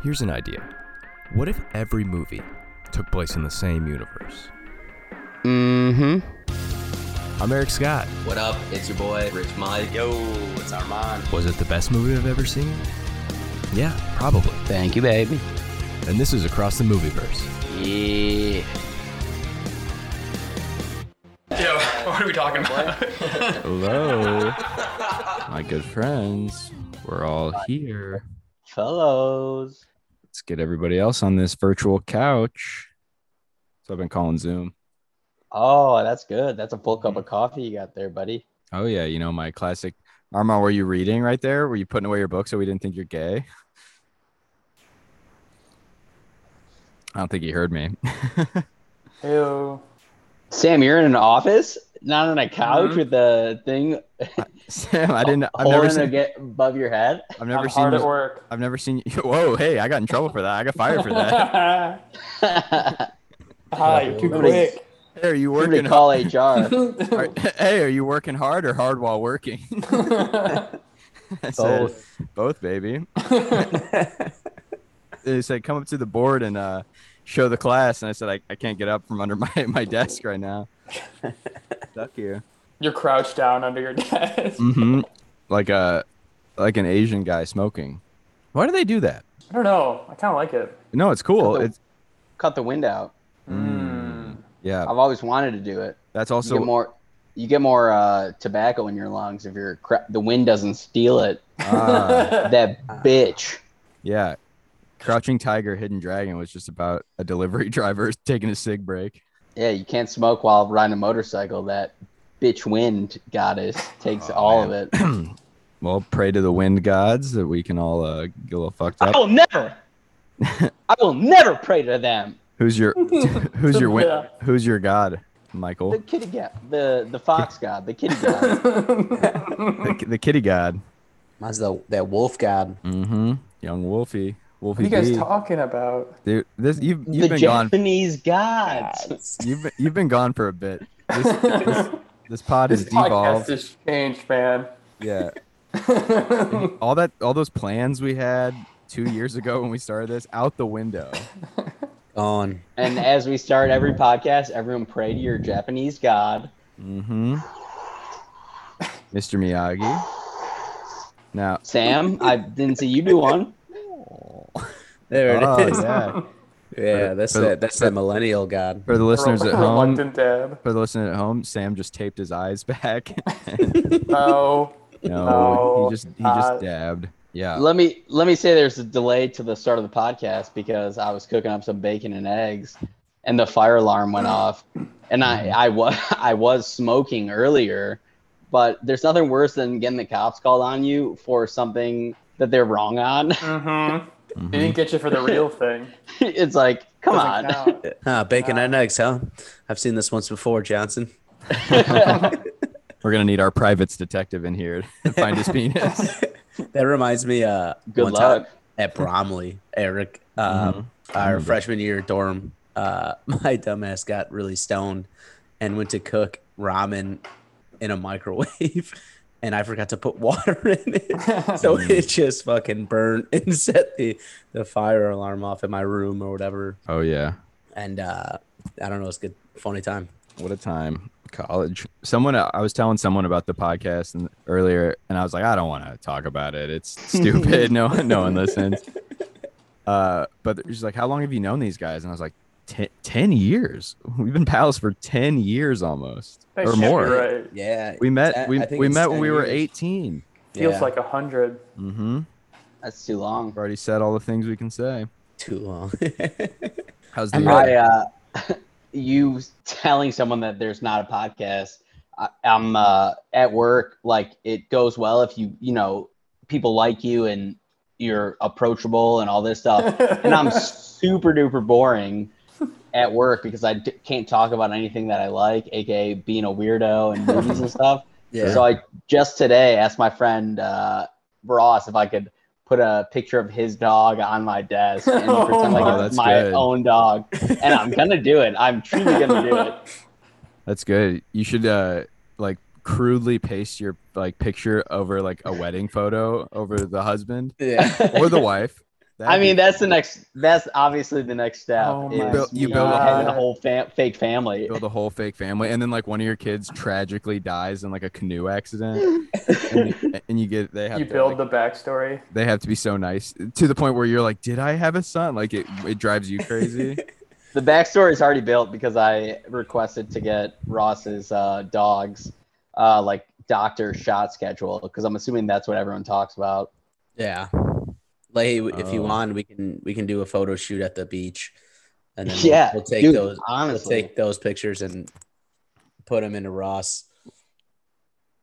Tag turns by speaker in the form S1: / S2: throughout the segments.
S1: Here's an idea. What if every movie took place in the same universe?
S2: Mm hmm.
S1: I'm Eric Scott.
S3: What up? It's your boy, Rich Mike.
S4: Yo, it's Armand.
S1: Was it the best movie I've ever seen? Yeah, probably.
S2: Thank you, baby.
S1: And this is Across the Movieverse.
S2: Yeah.
S4: Yo, what are we talking about?
S5: Hello, my good friends. We're all here.
S2: Fellows.
S5: Let's get everybody else on this virtual couch. So I've been calling Zoom.
S2: Oh, that's good. That's a full cup of coffee you got there, buddy.
S5: Oh yeah, you know my classic. Arma, were you reading right there? Were you putting away your book so we didn't think you're gay? I don't think he heard me.
S6: Ew.
S2: Sam, you're in an office, not on a couch with a thing
S5: Sam, I didn't. Mm-hmm. I've never
S2: holding a
S5: seen.
S2: get above your head.
S5: I've never
S6: I'm
S5: seen.
S6: hard
S5: you-
S6: at work.
S5: I've never seen. you- Whoa, hey, I got in trouble for that. I got fired for that.
S2: Somebody
S6: Hi, you're too
S2: Nobody's-
S6: quick.
S5: Hey, are you working?
S2: call HR.
S5: Are, hey, are you working hard or hard while working? I said, both, baby. they said, come up to the board and uh, show the class. And I said, I, I can't get up from under my, my desk right now. Stuck here.
S6: You're crouched down under your desk.
S5: hmm Like a like an Asian guy smoking. Why do they do that?
S6: I don't know. I kind of like it.
S5: No, it's cool.
S2: Something-
S5: It's
S2: Cut the wind out.
S6: Mm.
S5: yeah.
S2: I've always wanted to do it.
S5: That's
S2: You
S5: also
S2: get more. You get more uh, tobacco in your lungs if your cra- the wind doesn't steal it.
S5: ah,
S2: That bitch.
S5: yeah. Crouching Tiger, Hidden Dragon was just about a delivery driver taking a sig break.
S2: Yeah, you can't smoke while riding a motorcycle. That bitch wind goddess takes
S5: Oh,
S2: all of it.
S5: Well, pray to the wind gods that we can all uh, get a little fucked up.
S2: I will never. I will never pray to them.
S5: Who's your who's your win-
S6: Yeah.
S5: who's your god,
S2: The
S5: Michael?
S2: kitty god, the the fox god, the kitty god.
S5: The, the kitty god.
S3: Mine's the that wolf god.
S5: Mm-hmm. Young Wolfie. Wolfie
S6: What are you guys
S5: B.
S6: talking about?
S5: Dude, this you've you've
S2: the
S5: been gone.
S2: Japanese gods.
S5: You've been, you've been gone for a bit. This, this, this pod is
S6: This podcast
S5: devolved.
S6: has changed, man.
S5: yeah. all that all those plans we had two years ago when we started this out the window.
S3: Gone.
S2: And as we start every podcast, everyone pray to your Japanese god.
S5: Mm-hmm. Mr. Miyagi. Now.
S2: Sam, I didn't see you do one.
S3: There it
S5: Oh
S3: is.
S5: yeah.
S3: yeah. that's
S5: for the-
S3: that. That's that millennial god.
S5: For the listeners at home,
S6: Reluctant dab.
S5: for the listener at home, Sam just taped his eyes back.
S6: No.
S5: No,
S6: No,
S5: he just he
S6: uh,
S5: just dabbed. Yeah.
S2: Let me let me say there's a delay to the start of the podcast because I was cooking up some bacon and eggs and the fire alarm
S6: Mm.
S2: went off. And I, I was I was smoking earlier, but there's nothing worse than getting the cops called on you for something that they're wrong on.
S6: Mm-hmm. They
S5: Mhm.
S6: didn't get you for the real thing.
S2: it's like, come on.
S6: Doesn't count.
S3: Huh, bacon and eggs, huh? I've seen this once before, Johnson.
S5: We're gonna need our privates detective in here to find his penis.
S3: That reminds me. Uh,
S2: Good
S3: one
S2: luck.
S3: time at Bromley, Eric. Um, Our
S5: remember.
S3: freshman year dorm. Uh, my dumbass got really stoned and went to cook ramen in a microwave, and I forgot to put water in it, so it just fucking burned and set the the fire alarm off in my room or whatever.
S5: Oh yeah.
S3: And uh, I don't know. It's a good funny time.
S5: What a time. College. Someone I was telling someone about the podcast and earlier and I was like, I don't wanna talk about it. It's stupid. no one no one listens. Uh but she's like, How long have you known these guys? And I was like, "Ten- 10 years. We've been pals for 10 years almost.
S6: That
S5: or
S6: can't be
S5: more.
S6: Right.
S3: Yeah,
S5: We
S3: I-
S5: met we,
S3: I think
S5: we
S3: it's
S5: met
S3: 10
S5: when we were
S3: years.
S5: 18.
S6: Feels
S3: Yeah.
S6: like a hundred.
S5: Mm-hmm.
S2: That's too long.
S5: I've already said all the things we can say.
S3: too long.
S5: How's
S3: I'm
S5: the
S2: I, uh, you telling someone that there's not a podcast. I, I'm uh, at work. Like it goes well if you, you know, people like you and you're approachable and all this stuff. and I'm super duper boring at work because I d- can't talk about anything that I like, aka being a weirdo and movies and stuff.
S3: yeah.
S2: So I just today asked my friend uh, Ross if I could put a picture of his dog on my desk and
S6: Oh
S2: pretend
S6: my-
S2: like
S5: That's
S2: it's my
S5: good.
S2: own dog. And I'm gonna do it. I'm truly gonna do it.
S5: That's good. You should uh like crudely paste your like picture over like a wedding photo over the husband
S3: yeah.
S5: or the wife.
S2: I mean, that's the next. That's obviously the next step.
S6: Oh
S2: is
S6: my
S5: build- you build
S6: a
S2: having
S6: whole-
S2: a whole fam- fake family.
S5: build a whole fake family, and then like one of your kids tragically dies in like a canoe accident, and, you, and you get they have
S6: You
S5: to,
S6: build
S5: like,
S6: the backstory.
S5: they have to be so nice to the point where you're like, did I have a son? Like it it drives you crazy.
S2: The backstory is already built because I requested to get Ross's uh, dog's uh, like doctor shot schedule because I'm assuming that's what everyone talks about.
S3: Yeah. Like if you
S5: Oh.
S3: want, we can we can do a photo shoot at the beach, and then we'll-
S2: yeah,
S3: we'll, take
S2: dude,
S3: those we'll
S2: Honestly,
S3: take those pictures and put them into Ross.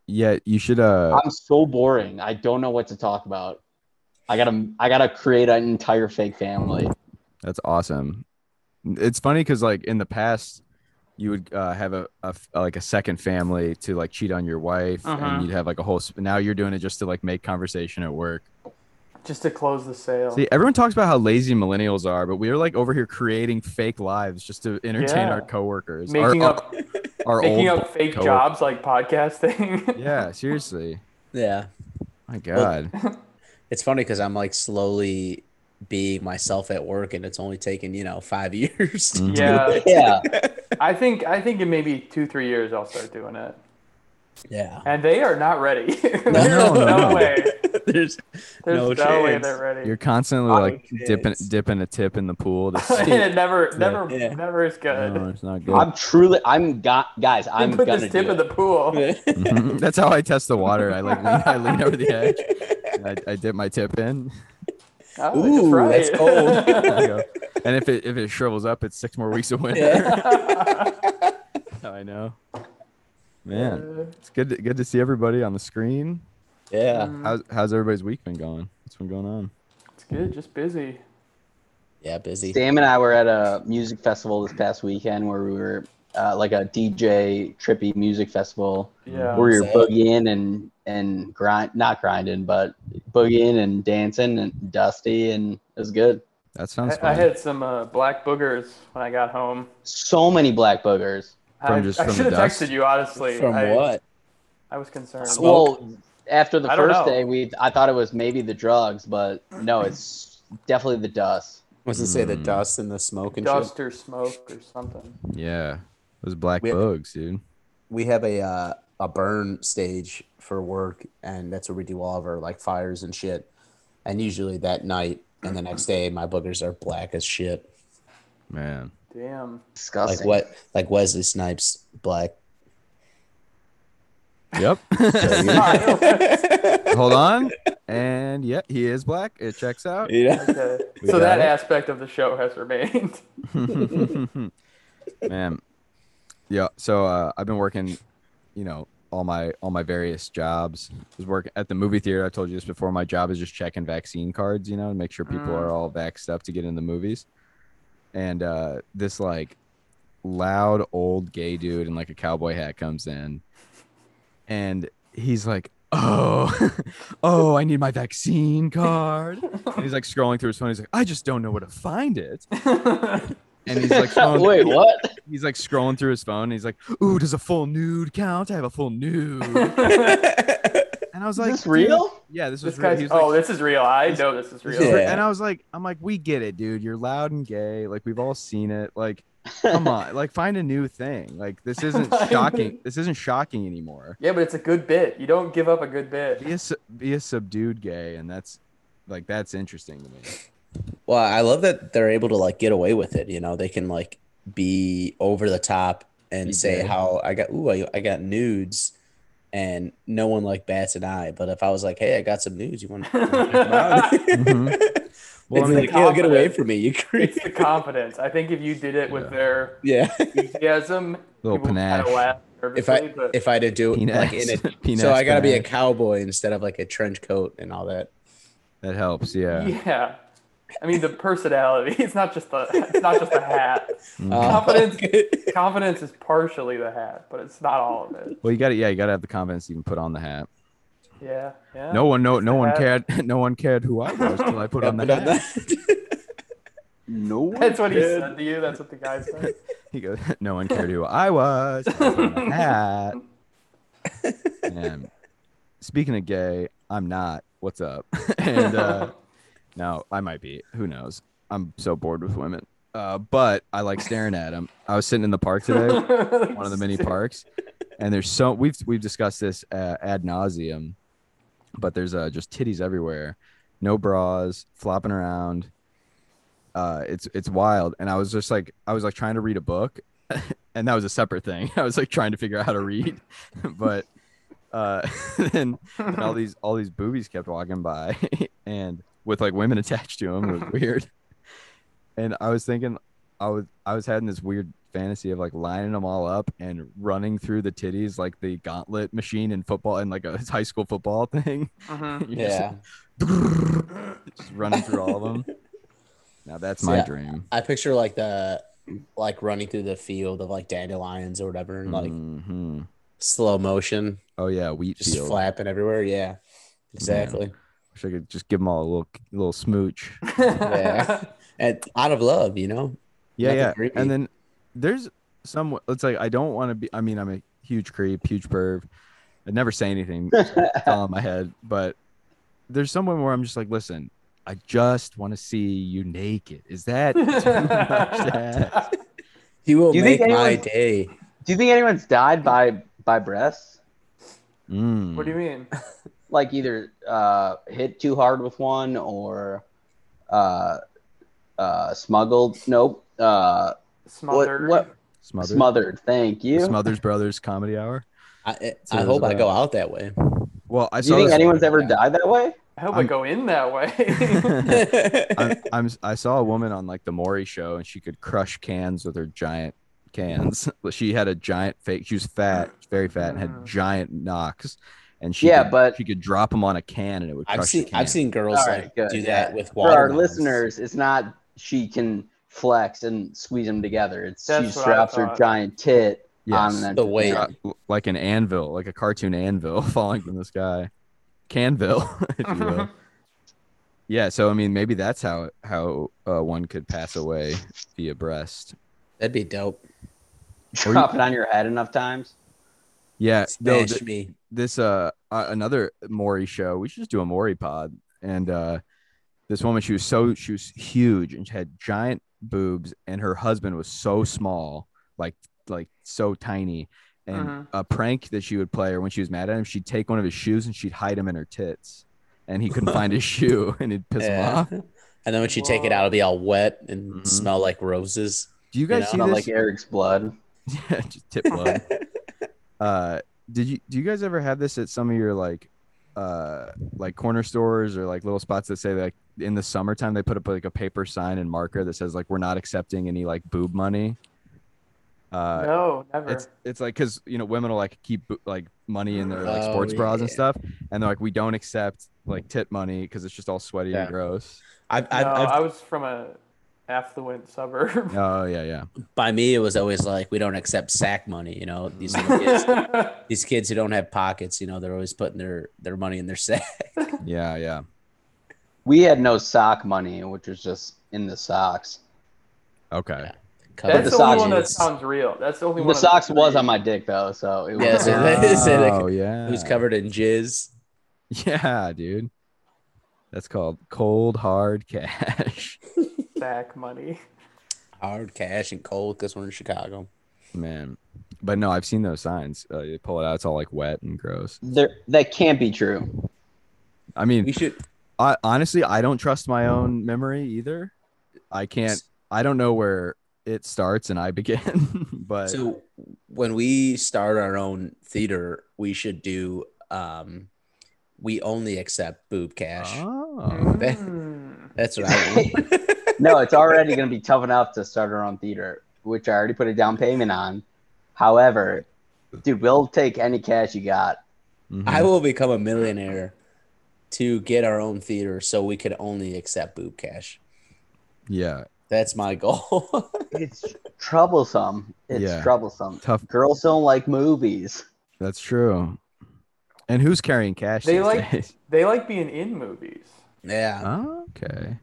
S5: yeah, you should uh
S2: I'm so boring. I don't know what to talk about. I gotta I gotta create an entire fake family.
S5: That's awesome. It's funny because like in the past, you would uh, have a, a f- like a second family to like cheat on your wife,
S6: Uh-huh.
S5: and you'd have like a whole. Sp- now you're doing it just to like make conversation at work.
S6: Just to close the sale.
S5: See, everyone talks about how lazy millennials are, but we're like over here creating fake lives just to entertain
S6: Yeah.
S5: our coworkers, our-
S6: making
S5: our,
S6: up
S5: our
S6: making
S5: old.
S6: up fake
S5: coworker.
S6: jobs like podcasting.
S5: Yeah, seriously.
S3: Yeah,
S5: My God.
S3: it's funny because I'm like slowly being myself at work, and it's only taken you know five years. to do
S6: Yeah.
S3: it.
S2: Yeah,
S6: I think I think in maybe two three years I'll start doing it.
S3: yeah.
S6: And they are not ready. There's
S5: No,
S6: no,
S5: no.
S6: way.
S3: There's
S6: There's
S3: No
S6: no, way
S3: chance.
S6: they're ready.
S5: You're constantly
S3: Oh,
S5: like
S3: shit.
S5: dipping dipping a tip in the pool. To
S6: and
S5: see.
S6: it never never
S3: Yeah.
S6: never is good.
S5: No, it's not
S2: I'm
S5: good.
S2: truly. I'm got guys. I'm
S6: you put
S2: gonna
S6: this tip
S2: do
S6: in
S2: it.
S6: the pool.
S5: That's how I test the water. I like lean, I lean over the edge. and I, I dip my tip in.
S6: Oh, it's
S3: Ooh,
S6: right.
S3: that's old.
S5: There you go. and if it if it shrivels up, it's six more weeks of winter.
S3: Yeah.
S5: How I know. Man, it's good. To, good to see everybody on the screen.
S3: yeah,
S5: How's how's everybody's week been going? What's been going on?
S6: Uh, It's good, just busy.
S3: yeah. Busy.
S2: Sam and I were at a music festival this past weekend where we were uh, like a DJ trippy music festival
S6: Yeah.
S2: where you're
S3: Sick.
S2: boogieing and and grind not grinding but boogieing and dancing and dusty and it was good.
S5: That sounds
S6: I,
S5: fun.
S6: I had some uh, black boogers when I got home.
S2: So many black boogers.
S5: From
S6: I,
S5: just-
S6: I
S5: from
S6: should
S5: the
S6: have
S5: dust?
S6: texted you honestly.
S3: From
S6: I,
S3: what?
S6: I was concerned.
S3: Smoke?
S2: Well, after the
S6: I don't
S2: first
S6: know.
S2: day, we I thought it was maybe the drugs, but no, it's definitely the dust.
S3: Was it say the
S5: Mm.
S3: dust and the smoke and shit?
S6: dust or smoke or something.
S5: yeah, those black
S3: We-
S5: bugs, dude.
S3: we have a uh, a burn stage for work, and that's where we do all of our like fires and shit. And usually that night and the next day, my boogers are black as shit,
S5: Man,
S6: Damn.
S2: Disgusting.
S3: like what like Wesley Snipes black.
S5: yep.
S3: You
S5: Hold on, and yeah, he is black. It checks out.
S3: know?
S6: Okay.
S5: We
S6: so
S5: got
S6: that
S5: it.
S6: aspect of the show has remained.
S5: Man. Yeah, so uh, I've been working, you know, all my all my various jobs. I was working at the movie theater. I told you this before. My job is just checking vaccine cards, you know, and make sure people
S6: Mm.
S5: are all vaxxed up to get in the movies. And uh, this like loud old gay dude in like a cowboy hat comes in and he's like, Oh, oh, I need my vaccine card. And he's like scrolling through his phone. He's like, I just don't know where to find it. And he's like, scrolling-
S2: Wait, what?
S5: he's like scrolling through his phone. And he's like, "Ooh, does a full nude count? I have a full nude." and I was like,
S2: Is this real?
S5: Yeah, this was
S6: this
S5: real.
S6: guy's,
S5: He was
S6: oh,
S5: like-
S6: this is real. I know this is real.
S3: Yeah.
S5: And I was like, "I'm like, we get it, dude. You're loud and gay. Like we've all seen it. Like, come on, like find a new thing. Like this isn't
S6: Find a-
S5: shocking. This isn't shocking anymore.
S6: Yeah, but it's a good bit. You don't give up a good bit.
S5: Be a su- be a subdued gay, and that's like that's interesting to me.
S3: Well, I love that they're able to like get away with it. You know, they can like be over the top and
S5: Be
S3: say
S5: gay.
S3: how I got ooh I, I got nudes, and no one like bats an eye. But if I was like, hey, I got some nudes, you want?
S5: Well, I
S3: it's
S5: mean,
S3: like, oh, get away from me, you creep.
S6: It's the confidence. I think if you did it with
S5: Yeah.
S6: their
S3: Yeah.
S6: enthusiasm,
S5: Little
S6: people would kinda
S5: panache.
S6: laugh
S3: If
S6: nervously,
S3: I
S6: but
S3: if I did do it like
S5: penis,
S3: in it,
S5: penis
S3: so I gotta be a
S5: panache.
S3: cowboy instead of like a trench coat and all that.
S5: that helps. Yeah.
S6: yeah. I mean the personality. It's not just the it's not just the hat.
S3: Uh,
S6: Confidence. Confidence is partially the hat, but it's not all of it.
S5: Well, you got to Yeah, you got to have the confidence to even put on the hat.
S6: Yeah. Yeah.
S5: No one, no, no one
S6: hat.
S5: cared. No one cared who I was till I put on the
S3: But on
S5: hat.
S3: that-
S2: No.
S6: That's what he said to you. That's what the guy said.
S5: He goes, no one cared who I was. till I put on the hat. And speaking of gay, I'm not. What's up? and uh, No, I might be. Who knows? I'm so bored with women. Uh, but I like staring at them. I was sitting in the park today, one of the mini parks, and there's so we've we've discussed this uh, ad nauseum, but there's uh, just titties everywhere, no bras, flopping around. Uh, it's it's wild, and I was just like I was like trying to read a book, and that was a separate thing. I was like trying to figure out how to read, but uh, then and all these all these boobies kept walking by and with like women attached to them it was weird and i was thinking i was i was having this weird fantasy of like lining them all up and running through the titties like the gauntlet machine in football and like a high school football thing
S6: Mhm.
S5: You're just-
S3: Yeah.
S5: just running through all of them now that's
S3: So,
S5: my
S3: yeah,
S5: dream
S3: I picture like the like running through the field of like dandelions or whatever, and like
S5: Mhm.
S3: slow motion,
S5: oh yeah wheat
S3: just
S5: field
S3: flapping everywhere. Yeah, exactly.
S5: wish i could just give them all a little little smooch
S3: Yeah. And out of love, you know.
S5: Yeah,
S3: Nothing
S5: yeah.
S3: creepy.
S5: And then there's some. It's like I don't want to be. I mean, I'm a huge creep, huge perv. I never say anything on my head, but there's someone where I'm just like, listen, I just want to see you naked. Is that too much? to ask?
S3: He will
S2: Do you
S3: make
S2: think
S3: my
S2: anyone's-
S3: day.
S2: Do you think anyone's died by by breasts?
S5: Mm.
S6: What do you mean?
S2: Like either uh, hit too hard with one or uh, uh, smuggled? Nope. Uh,
S6: Smothered.
S2: what-
S5: Smothered?
S2: smothered. Thank
S5: The
S2: you.
S5: Smothers Brothers Comedy Hour.
S3: I, I-
S5: So
S3: I hope I
S5: there's
S3: go
S5: a-
S3: out that way.
S5: Well, I
S2: Do you
S5: saw.
S2: think
S5: this-
S2: anyone's ever died that way?
S6: I hope i
S5: I'm-
S6: go in that way.
S5: I'm, I'm. I saw a woman on like the Maury show, and she could crush cans with her giant cans. she had a giant fake. She was fat, very fat, and had
S6: Mm.
S5: giant knocks. And she
S2: Yeah,
S5: could,
S2: but-
S5: she could drop them on a can, and it would. Crush
S3: I've
S5: the
S3: seen
S5: can.
S3: I've seen girls
S2: All right,
S3: like
S2: good,
S3: do
S2: yeah.
S3: that with
S2: For our
S3: watermelons.
S2: listeners, it's not she can flex and squeeze them together. It's
S6: That's
S2: she
S6: what I
S2: straps her
S6: thought.
S2: giant tit on
S5: Yes.
S2: an
S3: The weight.
S5: Uh, like an anvil, like a cartoon anvil falling from the sky, canville, if you will. yeah. So I mean, maybe that's how how uh, one could pass away via breast.
S3: That'd be dope.
S5: Or you-
S2: Drop it on your head enough times.
S5: Yeah. no,
S3: Smash
S5: th-
S3: me.
S5: this uh uh, another Maury show. We should just do a Maury pod. And uh this woman, she was so she was huge and she had giant boobs, and her husband was so small, like like so tiny. And
S6: Mhm.
S5: a prank that she would play her when she was mad at him, she'd take one of his shoes and she'd hide him in her tits. And he couldn't find his shoe and it'd piss him
S3: Yeah.
S5: off.
S3: And then when you take it out, it'll be all wet and
S5: Mhm.
S3: smell like roses.
S5: Do you guys
S2: Smell
S5: see
S2: like
S5: this?
S2: Eric's blood.
S5: yeah, just tip blood. uh did you do you guys ever have this at some of your like uh like corner stores or like little spots that say like in the summertime they put up like a paper sign and marker that says like we're not accepting any like boob money uh
S6: no, never.
S5: it's it's like because you know women will like keep bo- like money in their like
S3: Oh,
S5: sports bras and
S3: yeah.
S5: stuff and they're like we don't accept like tit money because it's just all sweaty and
S3: Yeah.
S5: gross
S3: I've,
S6: No,
S3: I've, I've,
S6: I was from a affluent suburb.
S5: oh yeah yeah
S3: by me, it was always like we don't accept sack money. You know these little kids, these kids who don't have pockets. You know they're always putting their their money in their sack.
S5: yeah yeah
S2: We had no sock money, which was just in the socks.
S5: okay
S3: Cover
S6: That's
S2: the
S6: the,
S2: socks
S6: only one that
S3: jeans.
S6: sounds real. That's the only
S2: The
S6: one. of
S2: socks was
S6: three.
S2: on my dick though, so it was. uh,
S3: Yeah, so they said, like,
S5: oh yeah
S3: who's covered in jizz.
S5: yeah dude that's called cold hard cash
S6: back money.
S3: Hard cash and cold because we're in Chicago.
S5: Man, but no, I've seen those signs. Uh, you pull it out, it's all like wet and gross.
S2: There, that can't be true.
S5: I
S3: We
S5: mean,
S3: should
S5: I, honestly, I don't trust my own memory either. I can't. I don't know where it starts and I begin. but
S3: So
S5: Oh.
S3: when we start our own theater, we should do um we only accept boob cash.
S5: oh,
S3: that-
S6: Mm.
S3: That's what I want.
S2: No, it's already going to be tough enough to start our own theater, which I already put a down payment on. However, dude, we'll take any cash you got.
S5: mhm.
S3: I will become a millionaire to get our own theater so we could only accept boob cash.
S5: yeah,
S3: That's my goal.
S2: It's troublesome. It's
S5: Yeah.
S2: troublesome.
S5: tough.
S2: Girls don't like movies.
S5: That's true. And who's carrying cash?
S6: They
S5: these
S6: like-
S5: days?
S6: They like being in movies.
S3: yeah.
S5: Okay.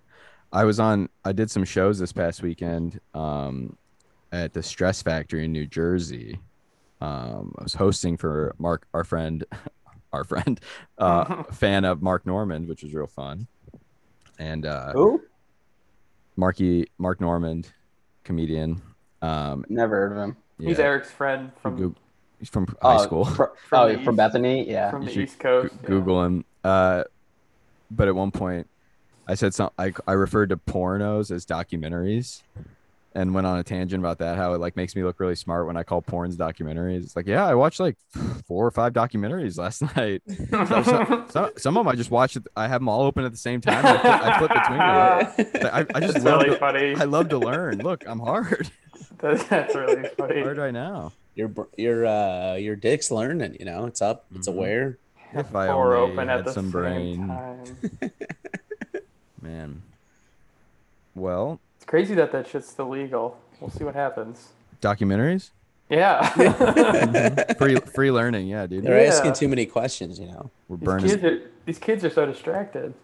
S5: I was on I did some shows this past weekend um at the Stress Factory in New Jersey. Um I was hosting for Mark our friend our friend uh fan of Mark Norman, which was real fun. and uh,
S2: Who?
S5: Marky Mark Normand, comedian. Um,
S2: Never heard of him.
S6: He's
S5: yeah,
S6: Eric's friend from,
S5: Goog- he's from high
S2: Oh,
S5: school.
S2: fr-
S6: From
S2: oh,
S6: the
S2: from
S6: East.
S2: Bethany. Yeah.
S6: from
S5: You
S6: the
S5: should
S6: East Coast.
S5: Go-
S6: yeah.
S5: Google him. Uh, but at one point, I said something. I, I referred to pornos as documentaries, and went on a tangent about that. How it like makes me look really smart when I call porns documentaries. It's like, yeah, I watched like four or five documentaries last night. So- so- so- some of them I just watched. it- I have them all open at the same time. I flip, I flip between them. Like, I, I just
S6: That's
S5: love.
S6: really
S5: to,
S6: funny.
S5: I love to learn. Look, I'm hard.
S6: That's that's really funny.
S5: hard right now.
S3: Your br- your uh your dick's learning, you know. It's up, it's
S5: Mhm.
S3: aware.
S5: If I
S6: Or
S5: only
S6: open
S5: had
S6: at the
S5: some
S6: same
S5: brain.
S6: time.
S5: Man. Well,
S6: It's crazy that that shit's still legal. We'll see what happens.
S5: documentaries.
S6: Yeah.
S5: free free learning, yeah, dude.
S3: They're asking
S6: Yeah.
S3: too many questions, you know.
S5: We're
S6: these,
S5: burning.
S6: kids are, these kids are so distracted.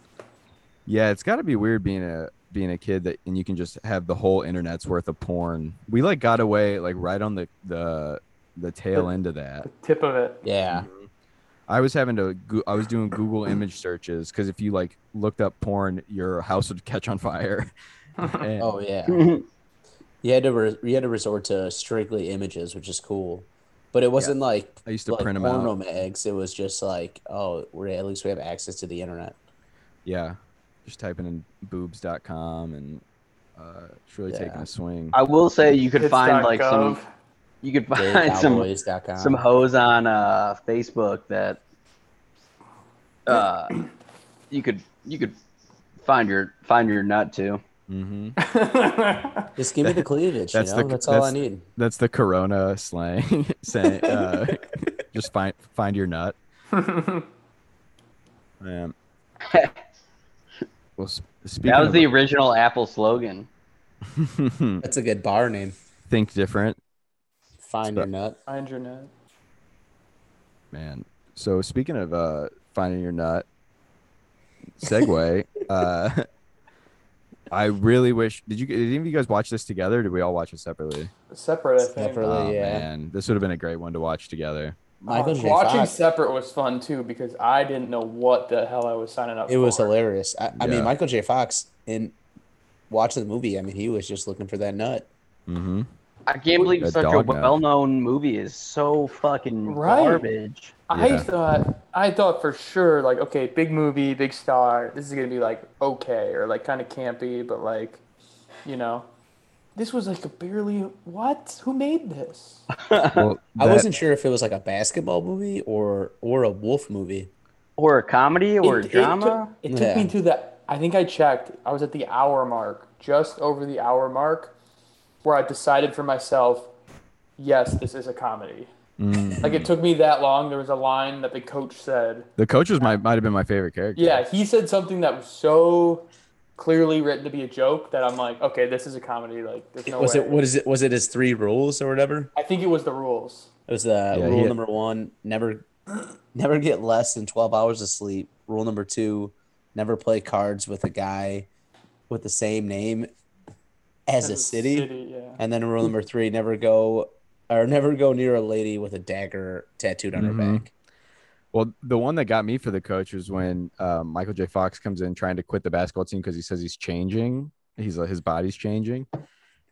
S5: Yeah, it's got to be weird being a being a kid that and you can just have the whole internet's worth of porn. We like got away like right on the the the tail end of that.
S6: Tip of it.
S3: Yeah.
S5: I was having to go- I was doing Google image searches because if you like looked up porn, your house would catch on fire. And-
S3: Oh yeah. You had to re- you had to resort to strictly images, which is cool. But it wasn't like
S5: I used to
S3: like
S5: print them
S3: porno
S5: out.
S3: mags. It was just like, oh, we're at least we have access to the internet.
S5: Yeah, just typing in boobs.com and uh, it's really taking
S3: Yeah.
S5: a swing.
S2: I will say you could
S6: Kids
S2: find
S6: dot
S2: like some.
S6: gov.
S2: You could find some
S3: DailyCowboys.com.
S2: some hoes on uh, Facebook that uh, you could you could find your find your nut to.
S5: hmm
S3: Just give me the cleavage.
S5: That's
S3: you know,
S5: the-
S3: that's all I
S5: that's-
S3: need.
S5: That's the Corona slang. saying, uh, just find find your nut. Man. Well, s- speaking
S2: That was
S5: of-
S2: the original Apple slogan.
S3: That's a good bar name.
S5: think different,
S3: Find your nut.
S6: Find your net.
S5: man. So speaking of uh, finding your nut, segue. uh, I really wish. Did you? Did any of you guys watch this together? Or did we all watch it separately?
S6: Separate, I think. Uh,
S3: Separate.
S5: oh,
S3: yeah.
S5: Man, this would have been a great one to watch together.
S3: Michael J.
S6: Watching
S3: Fox.
S6: separate was fun too because I didn't know what the hell I was signing up for.
S3: It was hilarious. I, I
S5: Yeah.
S3: mean, Michael J. Fox in watching the movie. I mean, he was just looking for that nut.
S5: hmm
S2: I can't believe
S5: That
S2: such a
S5: dog nut.
S2: well-known movie is so fucking
S6: Right.
S2: garbage.
S6: I
S5: Yeah.
S6: thought I thought for sure like okay, big movie, big star. This is gonna be like okay or like kind of campy, but like you know, this was like a barely what? Who made this?
S5: Well,
S3: I
S5: that-
S3: wasn't sure if it was like a basketball movie or or a wolf movie.
S2: Or a comedy or
S6: It-
S2: a
S6: it
S2: drama.
S6: took- It took,
S3: Yeah.
S6: me to the. I think I checked. I was at the hour mark, just over the hour mark, where I decided for myself, yes, this is a comedy.
S5: Mm.
S6: Like it took me that long. There was a line that the coach said.
S5: the coach was my might have been my favorite character.
S6: Yeah, he said something that was so clearly written to be a joke that I'm like, okay, this is a comedy. Like, there's no
S3: was
S6: way.
S3: it? What is it? Was it his three rules or whatever?
S6: I think it was the rules.
S3: It was the
S5: Yeah,
S3: rule
S5: he-
S3: number one: never, never get less than twelve hours of sleep. Rule number two: never play cards with a guy with the same name as a
S6: It's
S3: city.
S6: yeah.
S3: And then rule number three: never go or never go near a lady with a dagger tattooed on her
S5: Mhm.
S3: back.
S5: Well, the one that got me for the coach was when um, Michael J. Fox comes in trying to quit the basketball team because he says he's changing. He's like his body's changing,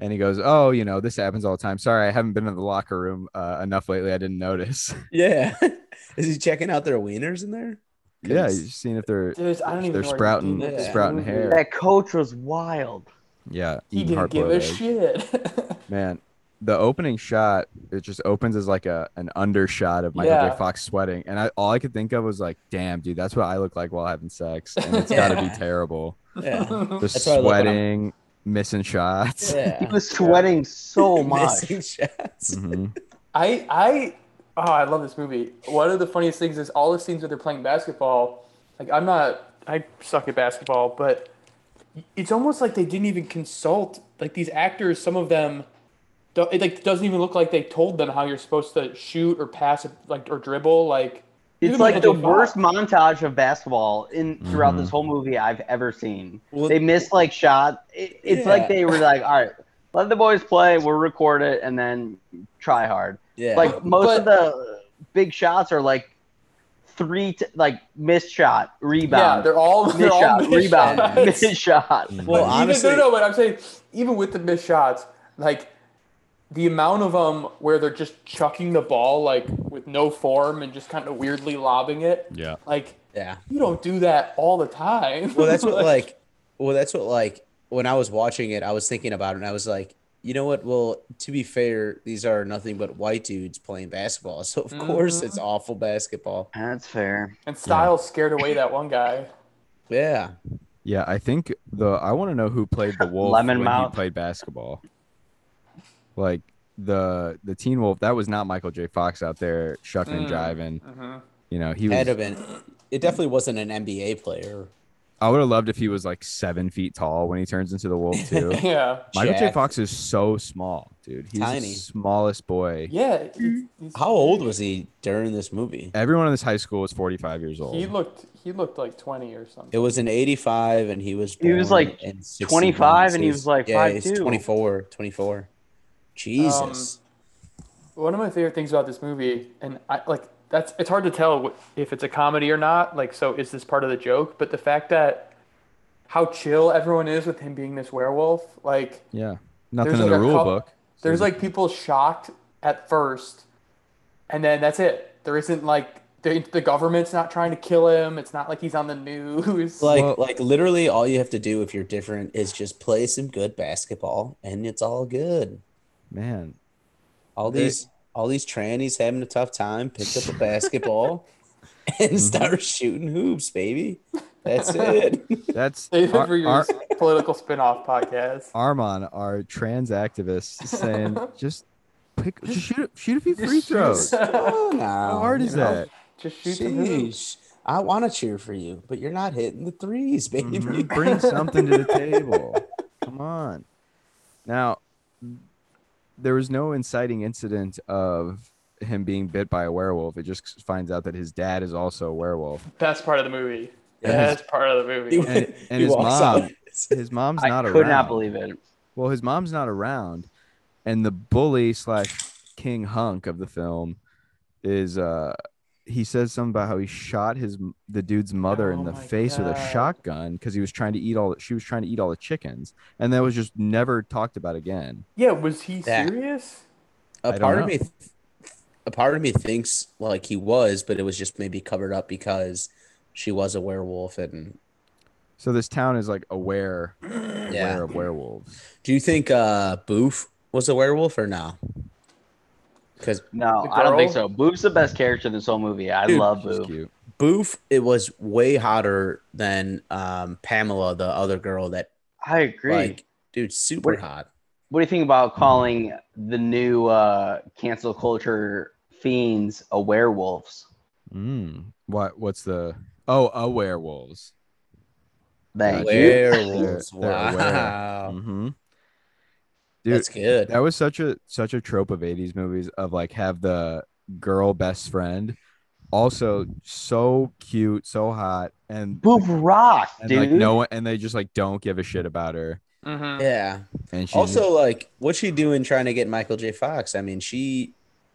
S5: and he goes, "Oh, you know, this happens all the time. Sorry, I haven't been in the locker room uh, enough lately. I didn't notice.
S3: Yeah, is he checking out their wieners in there?
S5: yeah,
S3: Yes.
S5: you're just seeing if they're
S6: There's, I don't even
S5: they're
S6: know why they
S5: sprouting
S6: did that.
S5: sprouting hair.
S2: That coach was wild.
S5: Yeah,
S6: He
S5: eating
S6: didn't give
S5: hard-boiled
S6: a
S5: eggs.
S6: shit.
S5: Man, the opening shot it just opens as like a an undershot of Michael
S6: Yeah.
S5: J. Fox sweating, and I, all I could think of was like, "Damn, dude, that's what I look like while having sex, and it's got to be
S3: Yeah.
S5: terrible."
S3: Yeah,
S5: Just
S3: That's what I look when I'm-
S5: sweating, missing shots.
S2: He
S3: yeah.
S2: was sweating so much.
S3: Missing shots.
S5: Mhm.
S6: I I oh I love this movie. One of the funniest things is all the scenes where they're playing basketball. Like I'm not I suck at basketball, but it's almost like they didn't even consult like these actors. Some of them don't, it like doesn't even look like they told them how you're supposed to shoot or pass like or dribble. Like
S2: It's
S6: even
S2: like the
S6: Michael J.
S2: worst
S6: Fox.
S2: montage of basketball in throughout
S5: Mhm.
S2: this whole movie I've ever seen.
S3: Well-
S2: they missed like shot. It, it's
S3: Yeah.
S2: like they were like, all right, let the boys play. We'll record it and then try hard.
S3: Yeah.
S2: Like most
S6: But-
S2: of the big shots are like three t- like missed shot,
S6: Yeah,
S2: rebound,
S6: they're all they're
S2: missed
S6: all
S2: shot,
S6: missed
S2: rebound,
S6: shots.
S2: missed shot.
S5: Mm.
S3: Well,
S6: But even,
S3: honestly-
S6: no, no, but I'm saying even with the missed shots, like the amount of them where they're just chucking the ball like with no form and just kind of weirdly lobbing it,
S5: Yeah.
S6: like
S3: Yeah.
S6: you don't do that all the time.
S3: Well, that's what like. Well, that's what like when I was watching it, I was thinking about it, and I was like, you know what? Well, to be fair, these are nothing but white dudes playing basketball, so
S2: Mm-hmm.
S3: of course it's awful basketball.
S2: That's fair.
S6: and Styles scared away that one guy.
S3: Yeah.
S5: Yeah, I think the I want to know who played the wolf
S2: Lemon
S5: when
S2: mouth.
S5: he played basketball. Like the the Teen Wolf, that was not Michael J. Fox out there shucking and
S6: Mm.
S5: jiving.
S6: Mhm.
S5: You know, he
S3: Had
S5: was.
S3: have been. It definitely wasn't an NBA player.
S5: I would have loved if he was like seven feet tall when he turns into the wolf too.
S6: Yeah,
S5: Michael J.
S3: Jack.
S5: Fox is so small, dude. He's
S3: Tiny.
S5: the smallest boy.
S6: yeah. it's- it's-
S3: How old was he during this movie?
S5: Everyone in this high school is 45 years old.
S6: he looked? He looked like 20 or something.
S3: It was in 85 and he was
S2: He was,
S3: born
S2: like,
S3: in 61,
S2: 25
S3: so
S2: and he was, like,
S3: yeah, he's
S2: 5'2".
S3: 24, 24.
S2: Um,
S3: Jesus.
S6: One of my favorite things about this movie, and I like that's it's hard to tell wh- if it's a comedy or not. Like, so is this part of the joke? But the fact that how chill everyone is with him being this werewolf, like
S5: yeah. Nothing
S6: There's like
S5: in the
S6: a
S5: rule
S6: cou-
S5: book.
S6: there's like people shocked at first, and then that's it. There isn't like the, the government's not trying to kill him. It's not like he's on the news.
S3: like
S5: Well-
S3: like literally all you have to do if you're different is just play some good basketball and it's all good.
S5: Man,
S3: All
S5: They-
S3: these all these trannies having a tough time, picked up a basketball
S5: Mm-hmm.
S3: and start shooting hoops, baby. That's it.
S5: that's
S6: David
S5: Ar-
S6: for your
S5: Ar-
S6: political spin-off podcast.
S5: Armon, our trans activist, saying just pick, just shoot, shoot a few free
S6: Just
S5: throws.
S6: shoot-
S3: Oh, no,
S5: How hard is
S3: you know?
S5: that?
S6: Just shoot some hoops.
S3: Sheesh. I want to cheer for you, but you're not hitting the threes, baby.
S5: Mhm. Bring something to the table. Come on. Now, there was no inciting incident of him being bit by a werewolf. It just finds out that his dad is also a werewolf.
S6: Best part of the movie.
S3: Yeah.
S6: Best part of the movie.
S5: And, and
S3: He
S5: his
S3: walks out.
S5: mom, his mom's
S2: I
S5: not
S2: could
S5: around.
S2: not believe it.
S5: Well, his mom's not around, and the bully slash king hunk of the film is uh he says something about how he shot his the dude's mother in
S6: Oh
S5: the
S6: my
S5: face with a
S6: God.
S5: shotgun because he was trying to eat all she was trying to eat all the chickens, and that was just never talked about again.
S6: Yeah, was he
S3: Yeah.
S6: serious?
S5: I
S3: a
S5: don't
S3: part of
S5: know.
S3: me th- a part of me thinks like he was but it was just maybe covered up because she was a werewolf and
S5: So this town is like aware,
S3: Yeah.
S5: aware of werewolves.
S3: do you think uh boof was a werewolf or no because
S2: No,
S6: The
S2: I don't think
S6: girl?
S2: so. Boof's the best character in this whole movie. I
S3: Dude,
S2: love
S5: She's
S2: Boof.
S5: cute.
S3: boof it was way hotter than um pamela the other girl that
S2: I agree.
S3: like dude super
S2: What-
S3: hot
S2: what do you think about calling the new uh, cancel culture fiends a werewolves?
S5: Mm. What? What's the? Oh, a werewolves.
S2: Thank you.
S3: werewolves
S5: They're- they're aware.
S3: wow
S5: Mm-hmm.
S3: that's good
S5: That was such a such a trope of 80s movies of like have the girl best friend also so cute, so hot and
S2: Boof rock,
S5: and
S2: dude.
S5: like no one and they just like don't give a shit about her
S6: Mm-hmm.
S3: yeah
S5: and she
S3: also
S5: just-
S3: like what's she doing trying to get michael j fox i mean she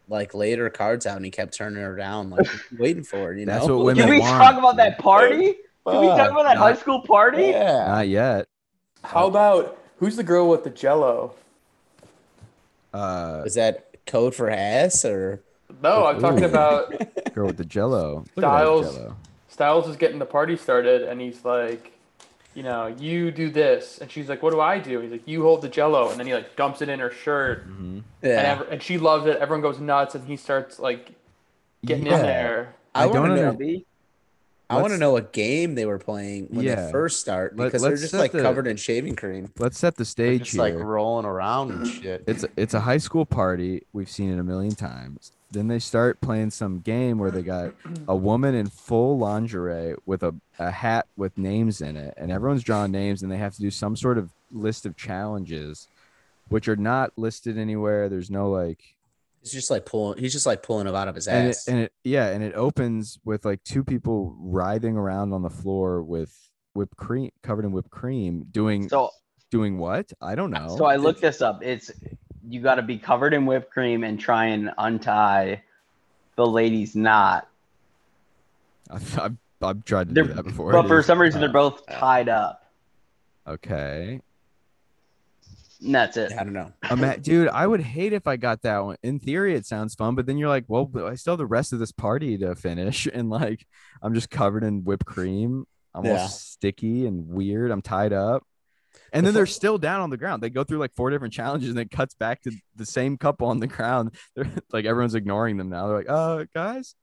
S3: like laid her cards out and he kept turning her down like what you waiting for it, you
S5: That's
S3: know
S5: what women
S2: Can we
S5: want,
S2: talk about that party? Can we talk
S3: Fuck.
S2: about that high school party?
S3: yeah
S5: not yet.
S6: How about who's the girl with the jello?
S5: Uh
S3: is that code for ass or
S6: No, I'm talking
S5: Ooh.
S6: about
S5: girl with the jello. Look at that
S6: Styles.
S5: jello.
S6: Styles is getting the party started, and he's like, you know, you do this, and she's like, what do I do? He's like, you hold the jello, and then he like dumps it in her shirt,
S5: Mhm.
S6: and
S3: yeah
S6: ever- and she loves it. Everyone goes nuts, and he starts like getting
S5: Yeah.
S6: in there.
S3: i,
S5: I
S3: want
S5: don't
S3: to know
S5: under-
S3: i want to
S5: Let's-
S3: know what game they were playing when
S5: Yeah.
S3: they first start
S5: Let-
S3: because they're
S5: let's
S3: just
S5: set
S3: like
S5: the-
S3: covered in shaving cream
S5: Let's set the
S3: They're
S5: stage
S3: just like
S5: here.
S3: rolling around and shit
S5: It's it's a high school party. We've seen it a million times. Then they start playing some game where they got a woman in full lingerie with a, a hat with names in it, and everyone's drawing names, and they have to do some sort of list of challenges, which are not listed anywhere. There's no like,
S3: he's just like pulling he's just like pulling him out of his
S5: and it,
S3: ass
S5: and it yeah, and it opens with like two people writhing around on the floor with whipped cream covered in whipped cream, doing
S2: So,
S5: doing what? I don't know.
S2: so I looked this up. It's you got to be covered in whipped cream and try and untie the lady's knot.
S5: I've, I've, I've tried to
S2: They're
S5: do that before. It
S2: But for
S5: is-
S2: some reason, they're
S5: uh,
S2: both tied up.
S5: Okay.
S2: And that's it.
S3: I don't know.
S5: Ima- dude, I would hate if I got that one. In theory, it sounds fun, but then you're like, well, but I still have the rest of this party to finish, and like, I'm just covered in whipped cream. I'm all
S3: Yeah.
S5: sticky and weird. I'm tied up, and
S3: The
S5: then
S3: fu-
S5: they're still down on the ground. They go through like four different challenges, and it cuts back to the same couple on the ground. They're like, everyone's ignoring them now. They're like, uh, guys,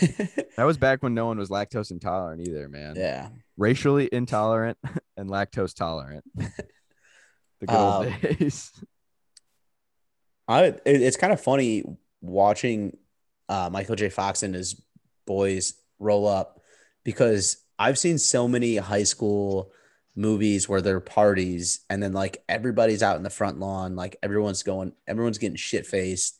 S5: that was back when no one was lactose intolerant either, man.
S3: yeah.
S5: Racially intolerant and lactose tolerant. the good old
S3: Um,
S5: days.
S3: I it, it's kind of funny watching uh, Michael J. Fox and his boys roll up because I've seen so many high school movies where there are parties and then like everybody's out in the front lawn, like everyone's going, everyone's getting shit faced.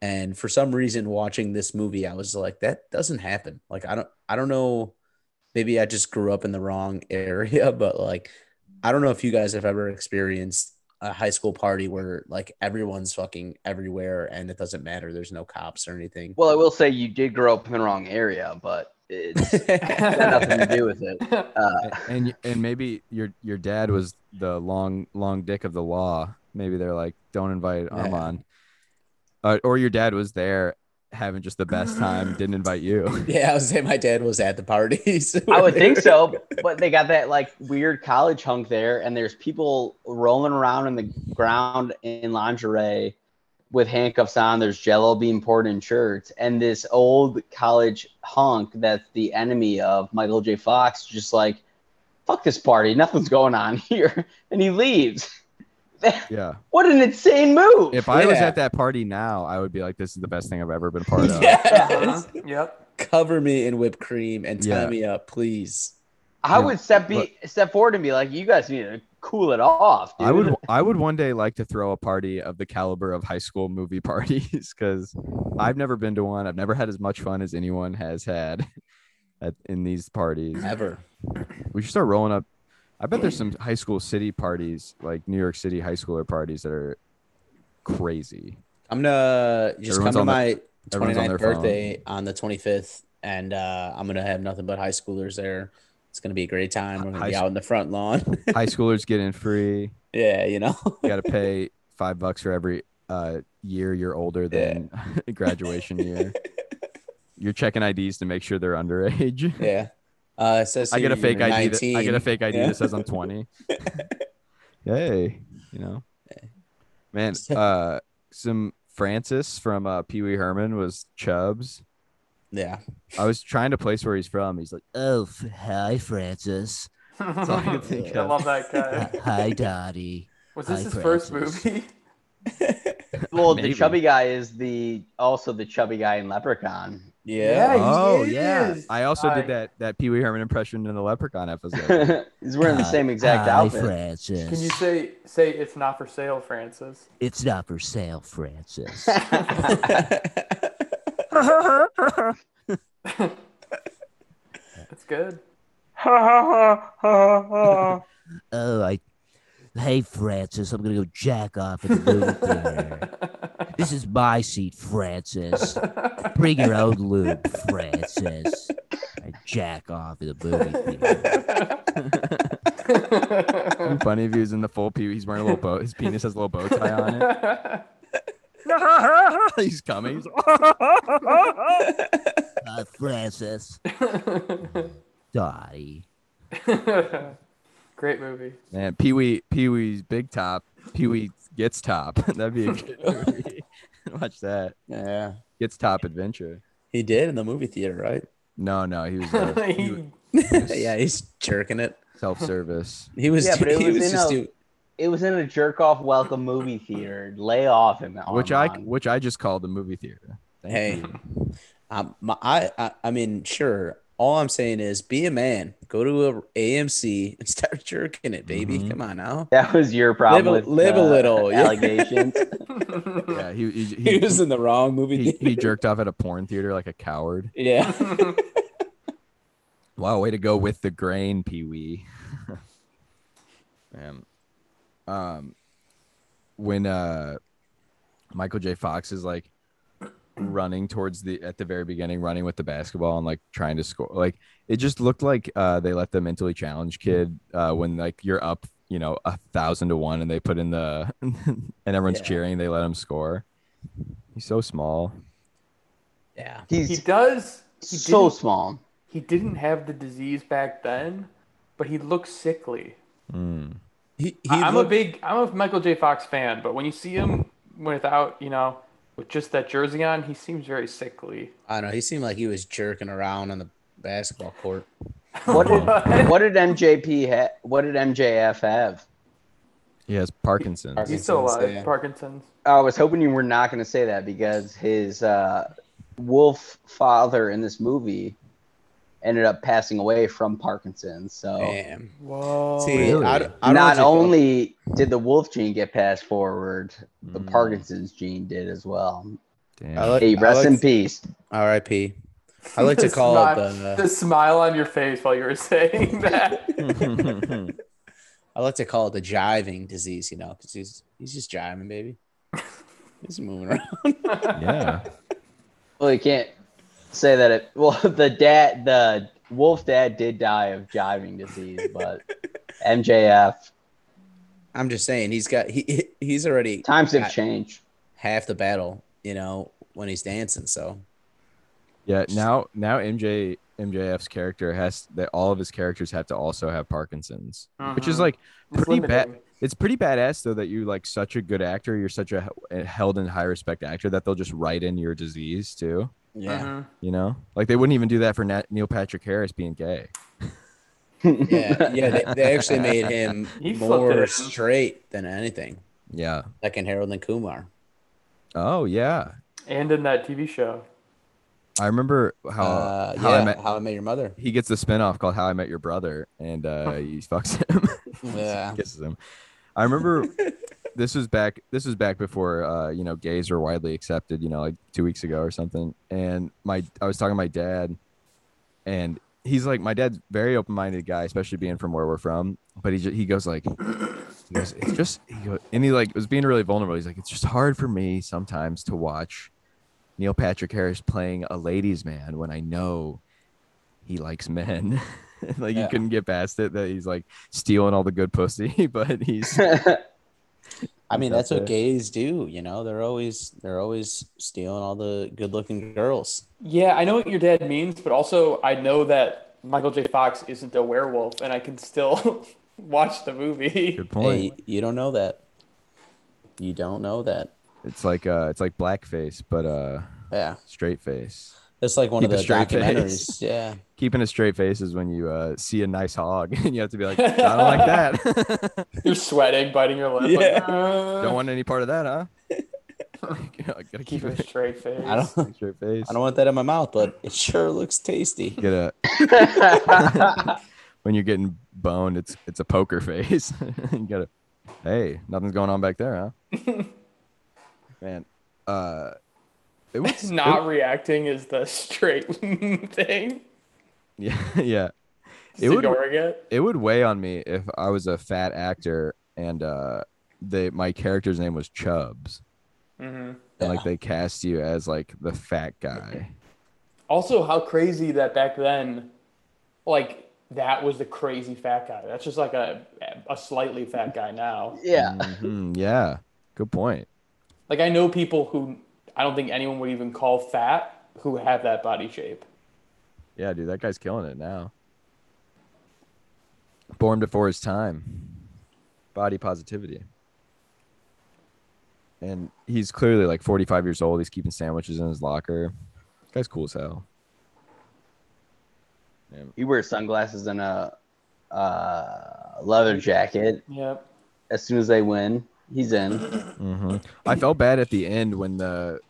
S3: And for some reason, watching this movie, I was like, that doesn't happen. Like I don't, I don't know. Maybe I just grew up in the wrong area, but like, I don't know if you guys have ever experienced a high school party where like everyone's fucking everywhere and it doesn't matter. There's no cops or anything.
S2: Well, I will say you did grow up in the wrong area, but it's got nothing to do with it. Uh,
S5: A- and y- and maybe your your dad was the long long dick of the law. Maybe they're like, don't invite
S3: Yeah.
S5: Armand, uh, or your dad was there having just the best time, didn't invite you.
S3: yeah, I was saying my dad was at the parties.
S2: I would think so, but they got that like weird college hunk there, and there's people rolling around in the ground in lingerie with handcuffs on. There's jello being poured in shirts, and this old college hunk that's the enemy of Michael J. Fox, just like, fuck this party, nothing's going on here, and he leaves.
S5: yeah.
S2: What an insane move!
S5: If I was
S3: Yeah.
S5: at that party now, I would be like, this is the best thing I've ever been part of.
S3: Yes.
S6: Uh-huh. Yep.
S3: Cover me in whipped cream and tie
S5: Yeah.
S3: me up, please.
S2: I
S5: Yeah,
S2: would step be
S5: but-
S2: step forward and be like, "You guys need to cool it off." Dude.
S5: I would I would one day like to throw a party of the caliber of high school movie parties because I've never been to one. I've never had as much fun as anyone has had at, in these parties.
S3: Ever.
S5: We should start rolling up. I bet there's some high school city parties, like New York City high schooler parties that are crazy.
S3: I'm gonna just
S5: Everyone's
S3: come
S5: on
S3: to
S5: the-
S3: my
S5: everyone's on
S3: 29th
S5: their phone.
S3: birthday on the 25th, and uh, I'm gonna have nothing but high schoolers there. It's gonna be a great time. We're gonna
S5: High
S3: be
S5: sch-
S3: out in the front lawn.
S5: high schoolers get in free.
S3: yeah, you know.
S5: You got to pay five bucks for every uh, year you're older than graduation year. You're checking IDs to make sure they're underage.
S3: Yeah. Uh, it says
S5: I get a
S3: here
S5: fake
S3: you're
S5: ID. That, I get a
S3: 19.
S5: fake ID
S3: Yeah.
S5: that says I'm 20. hey, you know, man. Uh, some Francis from uh, Pee Wee Herman was Chubbs.
S3: Yeah.
S5: I was trying to place where he's from. He's like,
S7: Oh, f- hi, Francis.
S6: I
S5: all I can think of.
S6: love that guy.
S7: hi, Dottie.
S6: Was this
S7: Hi,
S6: his first
S7: Francis.
S6: movie?
S2: Well, the
S5: Maybe.
S2: chubby guy is the also the chubby guy in Leprechaun.
S3: Yeah.
S6: Oh,
S5: "Oh
S6: he
S5: yeah."
S6: is.
S5: I also
S6: I-
S5: did that that Pee Wee Herman impression in the Leprechaun episode.
S2: He's wearing the
S7: Hi-
S2: same exact
S7: hi,
S2: outfit.
S7: Francis.
S6: Can you say say it's not for sale, Francis?
S7: It's not for sale, Francis.
S6: That's good.
S7: oh, I. Hey, Francis, I'm gonna go jack off at the movie theater. this is my seat, Francis. Bring your own lube, Francis. I jack off at the movie theater.
S5: It'd be funny if he was in the full Pee Wee. He's wearing a little bow. His penis has a little bow tie on it. he's coming. He's like,
S7: Uh, Francis, Dottie.
S6: Great movie.
S5: Man, Pee Wee, Pee Wee's big top. Pee Wee gets top. That'd be a good movie. Watch that.
S3: yeah.
S5: Gets top adventure.
S3: He did in the movie theater, right?
S5: No, no, he was, there. he was
S3: yeah, he's jerking it.
S5: self-service.
S3: He was.
S2: Yeah, but it
S3: he
S2: was
S3: was,
S2: in
S3: just
S2: a-
S3: doing-
S2: It was in a jerk off welcome movie theater. Lay off him,
S5: which I
S2: Armand.
S5: which I just called the movie theater. Thank
S3: Hey,
S5: you.
S3: um, my, I, I, I mean, sure. All I'm saying is, be a man. Go to a AMC and start jerking it, baby.
S5: Mhm.
S3: Come on now.
S2: that was your problem.
S3: Live a-
S2: with,
S3: live a
S2: uh,
S3: little, yeah.
S2: allegations.
S5: yeah, he he,
S3: He
S5: he,
S3: was in the wrong
S5: he,
S3: movie.
S5: he jerked off at a porn theater like a coward.
S3: yeah.
S5: Wow, way to go with the grain, Pee Wee. Man. Um, when uh, Michael J. Fox is like, running towards the at the very beginning, running with the basketball and like trying to score. Like it just looked like uh, they let the mentally challenged kid uh, when like you're up, you know, a thousand to one, and they put in the and everyone's
S3: Yeah.
S5: cheering. They let him score. He's so small.
S3: Yeah.
S2: He's
S6: He does. He
S2: so
S6: didn't-
S2: small.
S6: He didn't have the disease back then, but he looks sickly.
S5: Mm.
S3: He, he
S6: I- I'm a
S3: looked-
S6: big I'm a Michael J. Fox fan, but when you see him without, you know, with just that jersey on, he seems very sickly.
S3: I don't know. He seemed like he was jerking around on the basketball court.
S2: What did
S6: What?
S2: what did MJP ha- what did MJF have?
S5: He has Parkinson's.
S6: He's still
S3: Parkinson's,
S6: alive.
S3: yeah.
S6: Parkinson's.
S2: I was hoping you were not going to say that because his uh, wolf father in this movie ended up passing away from Parkinson's. So
S3: Damn.
S6: Whoa.
S3: See,
S5: really?
S3: I, don't- I don't
S2: not
S3: know what you feel.
S2: only did the wolf gene get passed forward, the
S3: Hmm.
S5: Mm.
S2: Parkinson's gene did as well.
S5: Damn.
S3: I like-
S2: Hey,
S3: I
S2: rest
S3: like-
S2: in peace.
S3: R.I.P. I like to
S6: The
S3: call it
S6: smi-
S3: the. uh,
S6: the smile on your face while you were saying that.
S3: I like to call it the jiving disease. You know, because he's he's just jiving, baby. he's moving around.
S5: yeah.
S2: Well, you can't say that it. Well, the dad, the wolf dad, did die of jiving disease, but MJF
S3: I'm just saying, he's got he he's already
S2: times have
S3: got
S2: changed.
S3: half the battle. You know, when he's dancing, so
S5: Yeah, now now MJ MJF's character has that all of his characters have to also have Parkinson's, which is
S6: Mhm.
S5: like
S6: It's
S5: pretty bad.
S6: limiting.
S5: It's pretty badass though that you like such a good actor, you're such a h- held in high respect actor that they'll just write in your disease too.
S3: yeah,
S6: Mhm.
S5: You know, like they wouldn't even do that for Nat- Neil Patrick Harris being gay.
S3: yeah, yeah. They, they actually made him
S6: He flipped it
S3: more
S6: around.
S3: straight than anything,
S5: Yeah.
S3: like in Harold and Kumar.
S5: Oh yeah.
S6: And in that TV show.
S5: I remember how
S3: uh,
S5: how
S3: yeah,
S5: I met.
S3: How I Met Your Mother.
S5: he gets the spinoff called How I Met Your Brother, and uh, he fucks him.
S3: Yeah,
S5: kisses him. I remember this was back this was back before uh, you know gays were widely accepted, you know, like two weeks ago or something. And my I was talking to my dad and he's like my dad's very open minded guy, especially being from where we're from. But he ju- he goes like he goes, it's just he goes, and he like was being really vulnerable. He's like, it's just hard for me sometimes to watch Neil Patrick Harris playing a ladies' man when I know he likes men. like you
S3: Yeah.
S5: couldn't get past it that he's like stealing all the good pussy, but he's
S3: I mean
S5: That's
S3: that's what
S5: it.
S3: gays do. You know, they're always they're always stealing all the good-looking girls.
S6: Yeah, I know what your dad means, but also I know that Michael J. Fox isn't a werewolf, and I can still watch the movie.
S5: good point.
S3: Hey, you don't know that. You don't know that.
S5: It's like uh, it's like blackface, but uh,
S3: Yeah,
S5: straight face.
S3: it's like one
S5: Keep
S3: of
S5: a
S3: the
S5: straight
S3: documentaries.
S5: face.
S3: Yeah,
S5: Keeping a straight face is when you uh, see a nice hog and you have to be like, I don't like that.
S6: You're sweating, biting your lip. like,
S3: Yeah.
S6: "Uh,
S5: don't want any part of that, huh? You know, I gotta
S6: keep
S5: keep
S6: a
S5: it
S6: straight face.
S3: I don't.
S5: straight face.
S3: I don't want that in my mouth, but it sure looks tasty.
S5: Get a when you're getting boned, it's it's a poker face. you gotta, hey, nothing's going on back there, huh? Man, uh, it was
S6: Not reacting is the straight thing.
S5: it- yeah, yeah.
S6: Just
S5: It would-
S6: ignoring it.
S5: it would weigh on me if I was a fat actor and uh they my character's name was Chubbs
S6: Mhm.
S5: and like they cast you as like the fat guy.
S6: Also, how crazy that back then, like that was the crazy fat guy. That's just like a a slightly fat guy now.
S2: yeah,
S3: Hmm.
S5: Mhm, yeah. Good point.
S6: Like I know people who I don't think anyone would even call fat who have that body shape.
S5: Yeah, dude, that guy's killing it now. Born before his time. Body positivity. And he's clearly like 45 years old. He's keeping sandwiches in his locker. Guy's cool as hell.
S2: he wears sunglasses and a uh, leather jacket.
S6: Yep.
S2: As soon as they win, he's in.
S5: hmm I felt bad at the end when the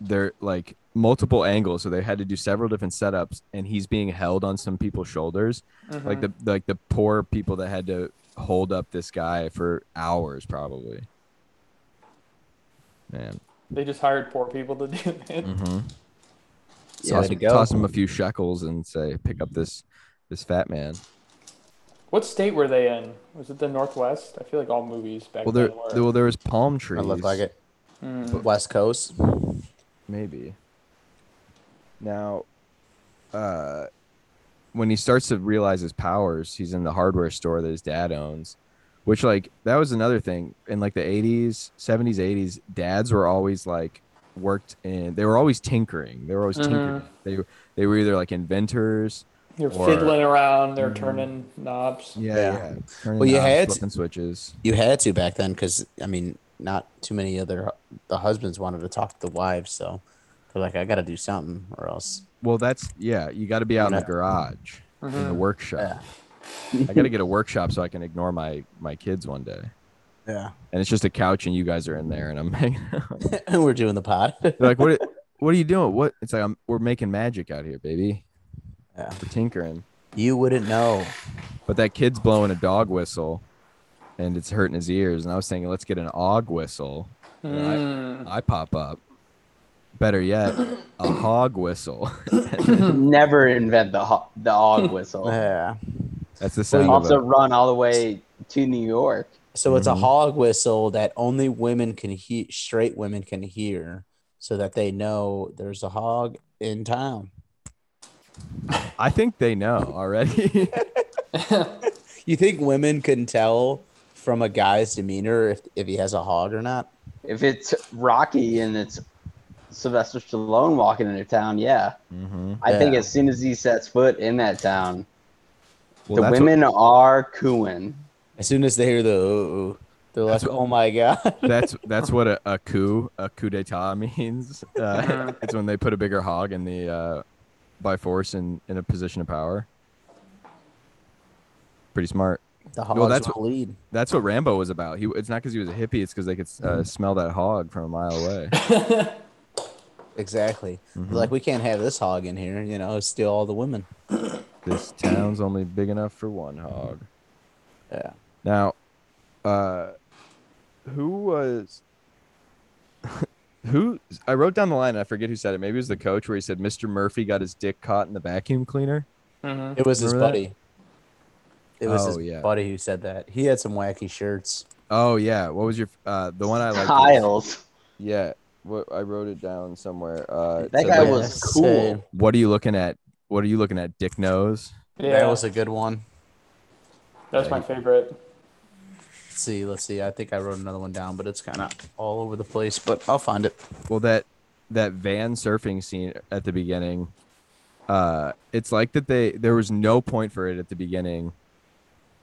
S5: they're like multiple angles, so they had to do several different setups, and he's being held on some people's shoulders, like the like the poor people that had to hold up this guy for hours, probably. Man,
S6: They just hired poor people to do it.
S5: mm-hmm.
S3: Yeah, way
S5: toss,
S3: to
S5: him,
S3: go.
S5: toss him a few shekels and say, "Pick up this this fat man."
S6: What state were they in? Was it the Northwest? I feel like all movies back
S5: Well, there
S6: then were.
S5: well there was palm trees.
S3: I look like it. West Coast.
S5: Maybe Now, uh, when he starts to realize his powers, he's in the hardware store that his dad owns, which like that was another thing in like the 80s, 70s, 80s. Dads were always like worked in. They were always tinkering. They were
S3: Mm-hmm.
S5: always tinkering. They they were either like inventors.
S6: They're
S5: Or- Mm.
S6: fiddling around. They're turning knobs.
S5: Yeah.
S3: Yeah.
S5: yeah. turning
S3: Well, you
S5: knobs,
S3: had to-
S5: flipping switches.
S3: You had to back then because, I mean, not too many other the husbands wanted to talk to the wives. So they're like, I got to do something or else.
S5: Well, that's yeah. You got to be out in
S3: Yeah.
S5: the garage, in the
S2: Mm-hmm.
S5: workshop. I got to get a workshop so I can ignore my my kids one day.
S3: Yeah.
S5: And it's just a couch, and you guys are in there, and I'm hanging out.
S3: and we're doing the pod.
S5: They're like, what? What are you doing? What? It's like I'm, we're making magic out here, baby.
S3: Yeah.
S5: We're tinkering.
S3: You wouldn't know.
S5: But that kid's blowing a dog whistle, and it's hurting his ears. And I was thinking, let's get an og whistle. And
S2: Mm.
S5: I, I pop up. Better yet, a hog whistle.
S2: Never invent the ho- the og whistle.
S3: Yeah.
S5: That's the sound. of
S2: also
S5: a-
S2: run all the way to New York.
S3: So it's a hog whistle that only women can hear, straight women can hear, so that they know there's a hog in town.
S5: I think they know already.
S3: You think women can tell from a guy's demeanor if, if he has a hog or not?
S2: If it's Rocky and it's Sylvester Stallone walking into town, yeah,
S5: mm-hmm.
S2: I think
S3: Yeah.
S2: as soon as he sets foot in that town,
S5: Well,
S2: the
S5: that's
S2: women are cooing.
S3: As soon as they hear the ooh, they're like,
S5: That's-
S3: "Oh my god!"
S5: What, that's that's what a, a coup a coup d'état means. Uh, it's when they put a bigger hog in the uh, by force in in a position of power. Pretty smart.
S3: The hogs
S5: that's
S3: will lead.
S5: That's what Rambo was about. He it's not because he was a hippie. It's because they could uh, smell that hog from a mile away.
S3: Exactly. They're
S5: Mhm.
S3: Like we can't have this hog in here. You know, steal all the women.
S5: this town's only big enough for one hog.
S3: Yeah.
S5: Now, uh, who was who? I wrote down the line. And I forget who said it. Maybe it was the coach where he said Mr. Murphy got his dick caught in the vacuum cleaner.
S3: It was his
S5: Remember that?
S3: buddy. It was
S5: Oh,
S3: his
S5: yeah.
S3: buddy who said that. He had some wacky shirts.
S5: Oh yeah, what was your uh, the one I liked? was-
S2: Tiles.
S5: Yeah, what I wrote it down somewhere. Uh, it
S2: That
S5: said,
S2: guy
S5: like,
S2: was
S3: Yes.
S2: cool.
S5: What are you looking at? What are you looking at? Dick nose.
S6: Yeah,
S3: That was a good one.
S6: that's my favorite.
S3: Let's see, let's see. I think I wrote another one down, but it's kind of all over the place. But I'll find it.
S5: Well, that that van surfing scene at the beginning, uh, it's like that they there was no point for it at the beginning.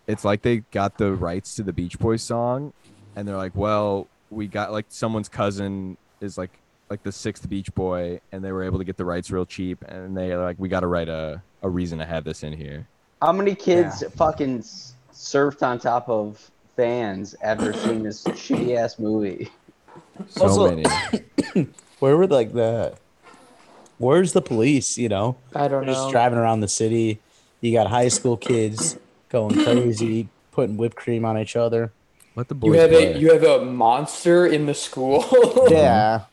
S5: It's like they got the rights to the Beach Boys song, and they're like, well, we got like someone's cousin is like like the sixth Beach Boy, and they were able to get the rights real cheap, and they're like, we got to write a a reason to have this in here.
S2: How many kids fucking s- surfed on top of fans after seeing this shitty ass movie?
S5: So
S3: Also-
S5: many.
S3: Where were like the? Where's the police? You know,
S6: I don't
S3: they're just
S6: know.
S3: driving around the city. You got high school kids going crazy, putting whipped cream on each other.
S5: Let the boys.
S6: you have
S5: play.
S6: a you have a monster in the school.
S3: Yeah,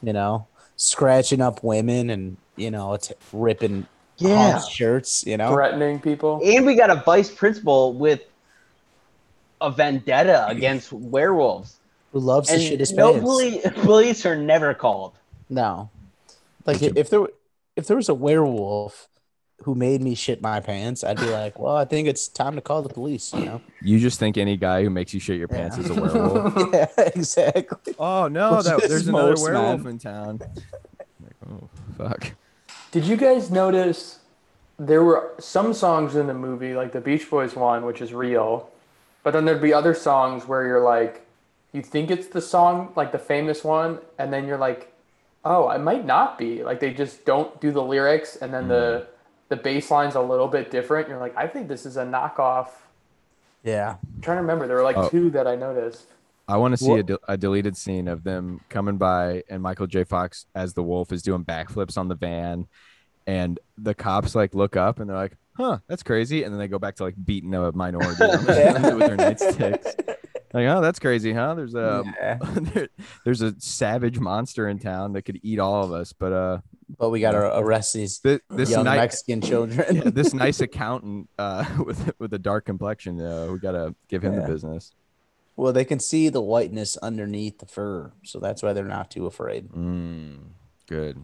S3: you know, scratching up women and you know, it's ripping
S2: Yeah.
S3: yeah. shirts. You know,
S6: threatening people.
S2: And we got a vice principal with a vendetta against werewolves.
S3: who loves to
S2: And
S3: shit his
S2: no
S3: pants?
S2: poli- police are never called.
S3: No. Like i- if there were- if there was a werewolf who made me shit my pants, I'd be like, well, I think it's time to call the police, you know?
S5: You just think any guy who makes you shit your pants
S3: Yeah.
S5: is a werewolf?
S3: yeah, exactly.
S5: oh no,
S3: Which
S5: that,
S3: is
S5: there's another
S3: most
S5: werewolf
S3: men.
S5: in town. Like, oh fuck.
S6: Did you guys notice there were some songs in the movie, like the Beach Boys one, which is real, but then there'd be other songs where you're like, you think it's the song, like the famous one, and then you're like, oh, it might not be. Like they just don't do the lyrics, and then
S5: Mm.
S6: the the bass line's a little bit different. You're like, I think this is a knockoff.
S3: Yeah.
S6: I'm trying to remember, there were like
S5: Oh.
S6: two that I noticed.
S5: I want to see a, de- a deleted scene of them coming by, and Michael J. Fox as the wolf is doing backflips on the van, and the cops like look up and they're like, "Huh, that's crazy," and then they go back to like beating a minority on the- with their nightsticks. Like, oh, that's crazy, huh? There's a
S3: Yeah.
S5: there- there's a savage monster in town that could eat all of us, but uh,
S3: But we got to arrest these
S5: thi- this
S3: young
S5: night.
S3: Mexican children.
S5: yeah, this nice accountant uh, with with a dark complexion, uh, we gotta give him
S3: Yeah.
S5: the business.
S3: well, they can see the whiteness underneath the fur. So that's why they're not too afraid.
S5: Mm, good.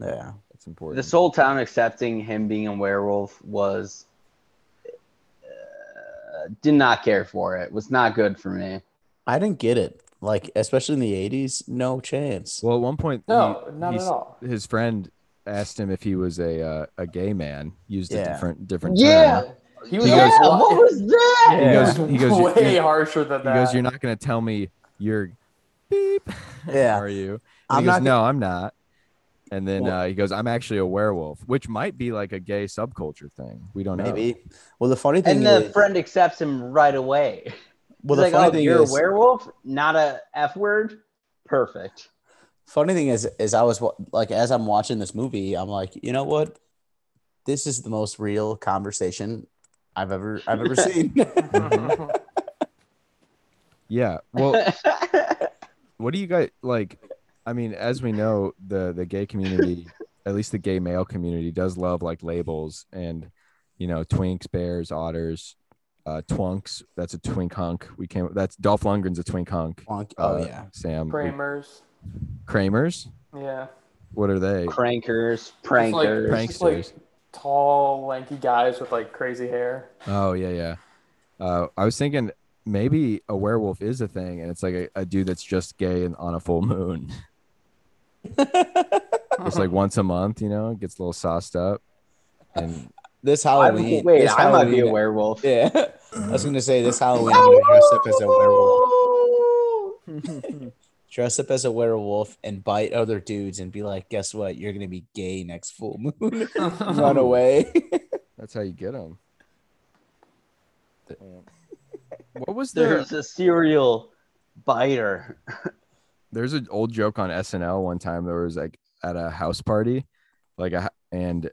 S3: Yeah.
S5: It's important.
S2: This whole town accepting him being a werewolf was uh, did not care for it. Was not good for me.
S3: I didn't get it. Like, especially in the eighties, no chance.
S5: well, at one point,
S6: No,
S5: he-
S6: not at
S5: he's-
S6: all.
S5: His friend asked him if he was a uh, a gay man. Used a
S3: Yeah.
S5: different different.
S2: Yeah.
S5: Term.
S6: He was,
S5: He
S2: yeah,
S5: goes-
S2: what was that?
S5: He
S6: Yeah.
S5: goes- he goes,
S6: way
S5: "You're- you're-
S6: harsher than
S5: He
S6: that.
S5: goes, "You're not gonna tell me you're beep,
S3: Yeah.
S5: are you?" And
S3: I'm
S5: he goes,
S3: not-
S5: "No, I'm not." And then
S3: Well-
S5: uh, he goes, "I'm actually a werewolf," which might be like a gay subculture thing. We don't know.
S3: Maybe. Well, the funny thing
S2: And the
S3: is,
S2: friend accepts him right away.
S3: well, the
S2: He's
S3: funny
S2: like, oh,
S3: thing
S2: you're
S3: is,
S2: a werewolf, not a f word. Perfect.
S3: funny thing is, is I was wa- like, as I'm watching this movie, I'm like, you know what? This is the most real conversation I've ever I've ever seen.
S5: Uh, Yeah. Well, what do you guys like i mean as we know the the gay community at least the gay male community does love like labels and you know twinks bears otters uh twunks that's a twink hunk we came that's dolph lundgren's a twink hunk
S3: oh
S5: Uh,
S3: yeah.
S5: sam we-
S6: Framers.
S5: kramers
S6: Yeah.
S5: what are they
S2: Crankers,
S6: It's like-
S2: prankers.
S6: it's just like tall, lanky guys with like crazy hair.
S5: oh yeah yeah uh i was thinking maybe a werewolf is a thing and it's like a, a dude that's just gay and on a full moon it's like once a month you know gets a little sauced up and
S3: This
S2: I,
S3: Halloween.
S2: wait,
S3: this
S2: I might be a
S3: Halloween-
S2: werewolf.
S3: Yeah. I was gonna say this Halloween I'm gonna dress up as a werewolf. Dress up as a werewolf and bite other dudes and be like, guess what? You're gonna be gay next full moon. Run away.
S5: That's how you get them. What was there?
S2: There's a serial biter.
S5: There's an old joke on SNL one time. There was like at a house party, like a, and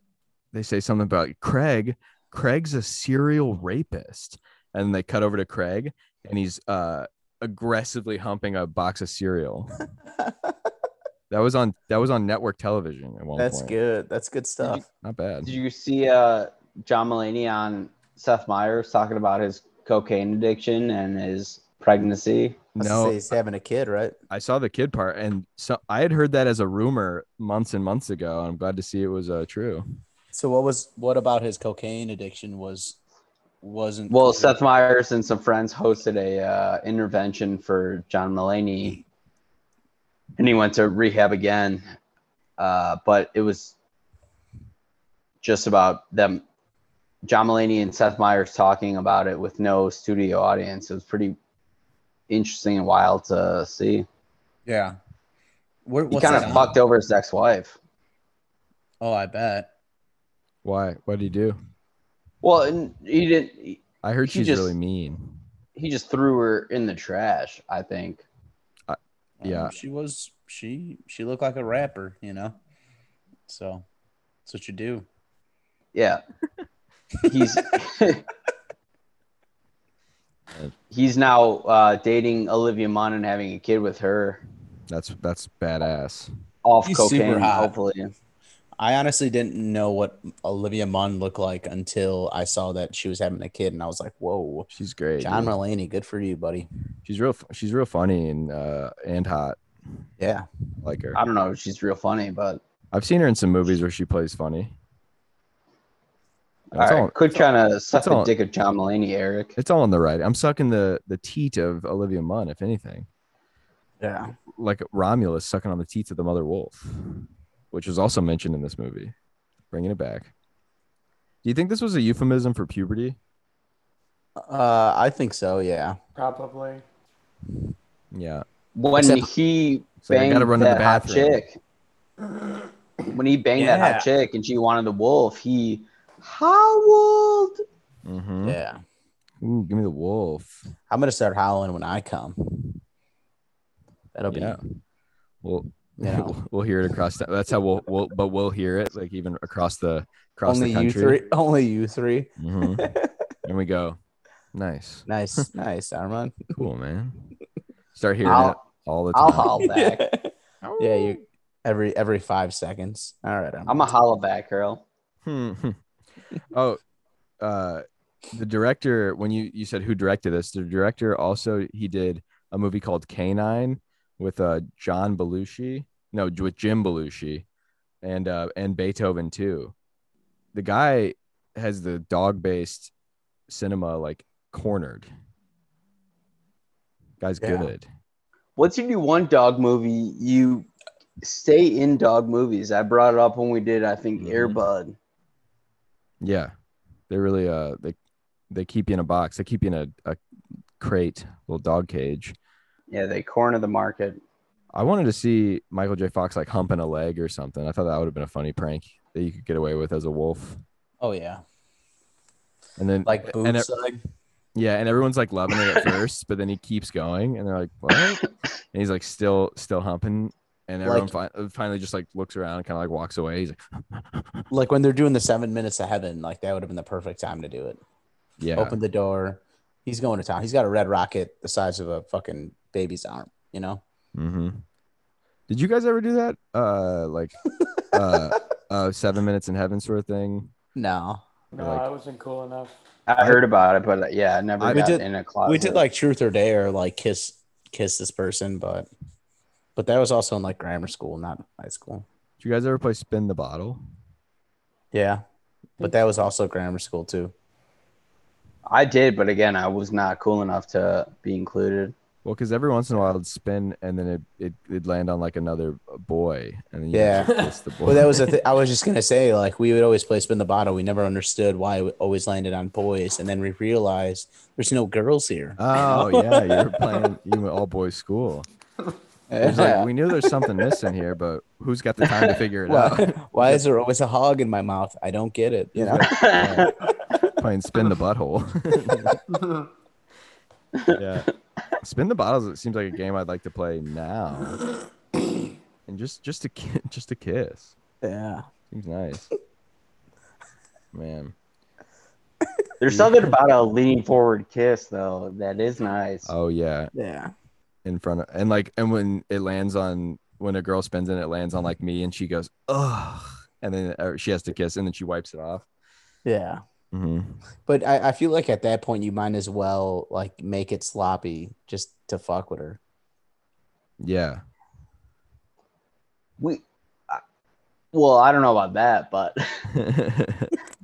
S5: they say something about Craig. Craig's a serial rapist, and they cut over to Craig, and he's uh aggressively humping a box of cereal. that was on that was on network television
S2: Oh,
S5: at one
S3: That's
S5: point.
S3: good. That's good stuff.
S5: Not bad.
S2: Did you see uh, John Mulaney on Seth Meyers talking about his cocaine addiction and his pregnancy?
S3: I was gonna say
S5: no,
S3: he's having a kid, right?
S5: I saw the kid part, and so I had heard that as a rumor months and months ago. And I'm glad to see it was uh, true.
S3: So what was what about his cocaine addiction was wasn't
S2: Well, Seth Meyers and some friends hosted a uh, intervention for John Mulaney, and he went to rehab again. Uh, but it was just about them, John Mulaney and Seth Meyers talking about it with no studio audience. It was pretty interesting and wild to see.
S3: Yeah. What,
S2: He
S3: what's
S2: kind of
S3: that?
S2: fucked over his ex-wife.
S3: Oh, I bet.
S5: Why? What did he do?
S2: Well, and he didn't.
S5: I heard
S2: He
S5: she's
S2: just-
S5: really mean.
S2: He just threw her in the trash. I think.
S5: Yeah.
S3: she was she she looked like a rapper, you know. So that's what you do.
S2: Yeah. He's he's now uh, dating Olivia Munn and having a kid with her
S5: That's that's badass.
S2: off
S3: He's super
S2: cocaine,
S3: hot.
S2: hopefully.
S3: I honestly didn't know what Olivia Munn looked like until I saw that she was having a kid, and I was like, "Whoa,
S5: She's great.
S3: John
S5: dude.
S3: Mulaney, good for you, buddy."
S5: she's real. She's real funny and uh, and hot.
S3: Yeah,
S5: I Like her.
S2: I don't know if she's real funny, but
S5: I've seen her in some movies where she plays funny.
S2: all
S5: It's
S2: right.
S5: all,
S2: could kind of suck the
S5: all-
S2: dick of John Mulaney, Eric.
S5: it's all on the right. I'm sucking the the teat of Olivia Munn, if anything.
S3: yeah.
S5: Like Romulus sucking on the teats of the mother wolf, which was also mentioned in this movie. Bringing it back. Do you think this was a euphemism for puberty?
S3: Uh, I think so. Yeah,
S6: Probably.
S5: Yeah.
S2: When
S3: Except-
S2: he
S5: It's like, I
S2: banged
S5: gotta run to the
S2: that hot
S5: bathroom.
S2: chick, when he banged that
S3: Yeah.
S2: hot chick and she wanted the wolf, he howled.
S5: Mm-hmm.
S3: yeah.
S5: Ooh, give me the wolf.
S3: I'm gonna start howling when I come. That'll be
S5: Yeah. Well,
S3: Yeah.
S5: we'll hear it across. The, that's how we'll, we'll, but we'll hear it like even across the across
S3: only
S5: the
S3: you three.
S5: country.
S3: Only you three.
S5: Mhm. and we go, nice,
S3: Nice, nice, Armand.
S5: cool, man. Start hearing it
S2: I'll,
S5: all the
S2: I'll
S5: time.
S2: howl back.
S3: yeah,
S5: Oh.
S3: you every every five seconds. All right,
S2: I'm a holla back girl.
S5: Hmm, hmm. oh, uh, the director. When you you said who directed this, the director also he did a movie called Canine with uh John Belushi. No, with Jim Belushi, and uh and Beethoven too. The guy has the dog based cinema like cornered. Guy's
S6: Yeah.
S5: good.
S2: What's your new one dog movie? You stay in dog movies. I brought it up when we did, I think,
S3: Mm-hmm.
S5: Mhm.
S2: Airbud.
S5: Yeah. They really uh they they keep you in a box. They keep you in a, a crate, little dog cage.
S2: Yeah, they corner the market.
S5: I wanted to see Michael J. Fox like humping a leg or something. I thought that would have been a funny prank that you could get away with as a wolf.
S3: Oh yeah,
S5: And then
S3: like boob
S5: and it-
S3: suck.
S5: yeah, and everyone's like loving it at first, but then he keeps going, and they're like, "What?" and he's like still still humping, and everyone fi- finally just like looks around, kind of like walks away. He's like,
S3: like when they're doing the seven minutes of heaven. Like that would have been the perfect time to do it.
S5: "Yeah,
S3: Open the door. He's going to town. He's got a red rocket the size of a fucking baby's arm. You know.
S5: Mm-hmm. Did you guys ever do that? Uh, like, uh, uh, seven minutes in heaven sort of thing.
S3: No.
S6: No,
S5: Like-
S6: I wasn't cool enough.
S2: I heard about it, but uh, yeah, I never
S5: I-
S3: We
S2: got
S3: did-
S2: in a closet.
S3: we did like truth or dare, like kiss kiss this person, but but that was also in like grammar school, not high school.
S5: Did you guys ever play spin the bottle?
S3: Yeah, but that was also grammar school too.
S2: I did, but again, I was not cool enough to be included.
S5: Well, because every once in a while it'd spin and then it it would land on like another boy, and then you
S3: Yeah.
S5: it's the boy.
S3: Well, that was a th- I was just gonna say like we would always play spin the bottle. We never understood why it always landed on boys, and then we realized there's no girls here.
S5: Oh yeah, you were playing you were all boys school. It was like, we knew there's something missing here, but who's got the time to figure it
S3: Why-
S5: out?
S3: why is there always a hog in my mouth? I don't get it. You know.
S5: Yeah. Playing spin the butthole. yeah, spin the bottles. It seems like a game I'd like to play now, and just just to ki- just to kiss
S3: Yeah.
S5: seems nice. Man,
S3: Mm-hmm.
S2: There's something about a leaning forward kiss, though, that is nice.
S5: oh yeah,
S3: Yeah.
S5: in front of and like and when it lands on when a girl spins and it lands on like me and she goes ugh and then or she has to kiss and then she wipes it off.
S3: Yeah.
S5: hmm
S3: Mm-hmm. But I, I feel like at that point you might as well like make it sloppy just to fuck with her.
S5: Yeah.
S2: We, I, well, I don't know about that, but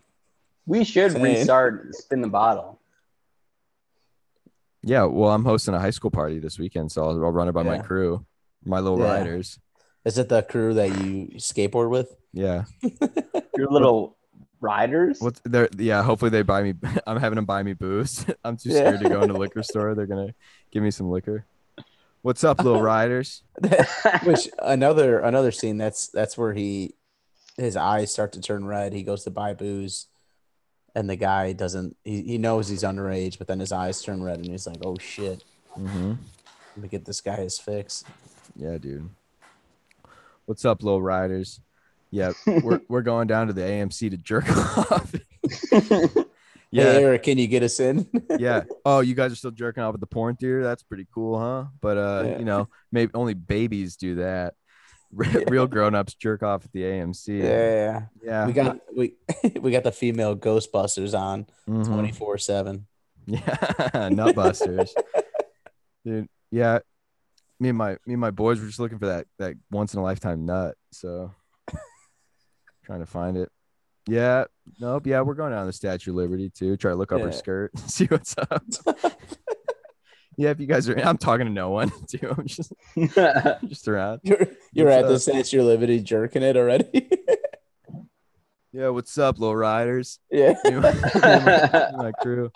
S2: we should
S3: Same.
S2: restart spin the bottle.
S5: yeah. Well, I'm hosting a high school party this weekend, so I'll, I'll run it by my
S3: Yeah.
S5: crew, my little
S3: Yeah.
S5: riders.
S3: Is it the crew that you skateboard with?
S5: Yeah.
S2: Your little riders.
S5: What? They're yeah. Hopefully they buy me. I'm having them buy me booze. I'm too
S3: Yeah.
S5: scared to go into the liquor store. They're gonna give me some liquor. What's up, little riders?
S3: Which another another scene that's that's where he his eyes start to turn red. He goes to buy booze and the guy doesn't he, he knows he's underage, but then his eyes turn red and he's like, Oh shit,
S5: Mm-hmm.
S3: let me get this guy his fix.
S5: Yeah, dude. What's up, low riders? Yeah, we're we're going down to the AMC to jerk off.
S3: Yeah,
S5: yeah,
S3: Eric, can you get us in?
S5: yeah. Oh, you guys are still jerking off at the porn theater. That's pretty cool, huh? But uh,
S3: Yeah.
S5: you know, maybe only babies do that. Re- Real grown-ups jerk off at the AMC.
S3: yeah.
S5: yeah.
S3: We got we we got the female Ghostbusters on
S5: Mhm.
S3: twenty four seven.
S5: Yeah, nut busters. Dude, yeah. Me and my me and my boys were just looking for that that once in a lifetime nut. So trying to find it. Yeah, nope. Yeah, we're going down to the Statue of Liberty too. Try to look up her
S3: Yeah.
S5: skirt, see what's up. yeah, if you guys are, I'm talking to no one too. I'm just just around.
S3: You're you're
S5: What's
S3: at the
S5: up?
S3: Statue of Liberty jerking it already.
S5: Yeah, what's up, low riders?
S3: yeah.
S5: Me and my, me and my- my crew.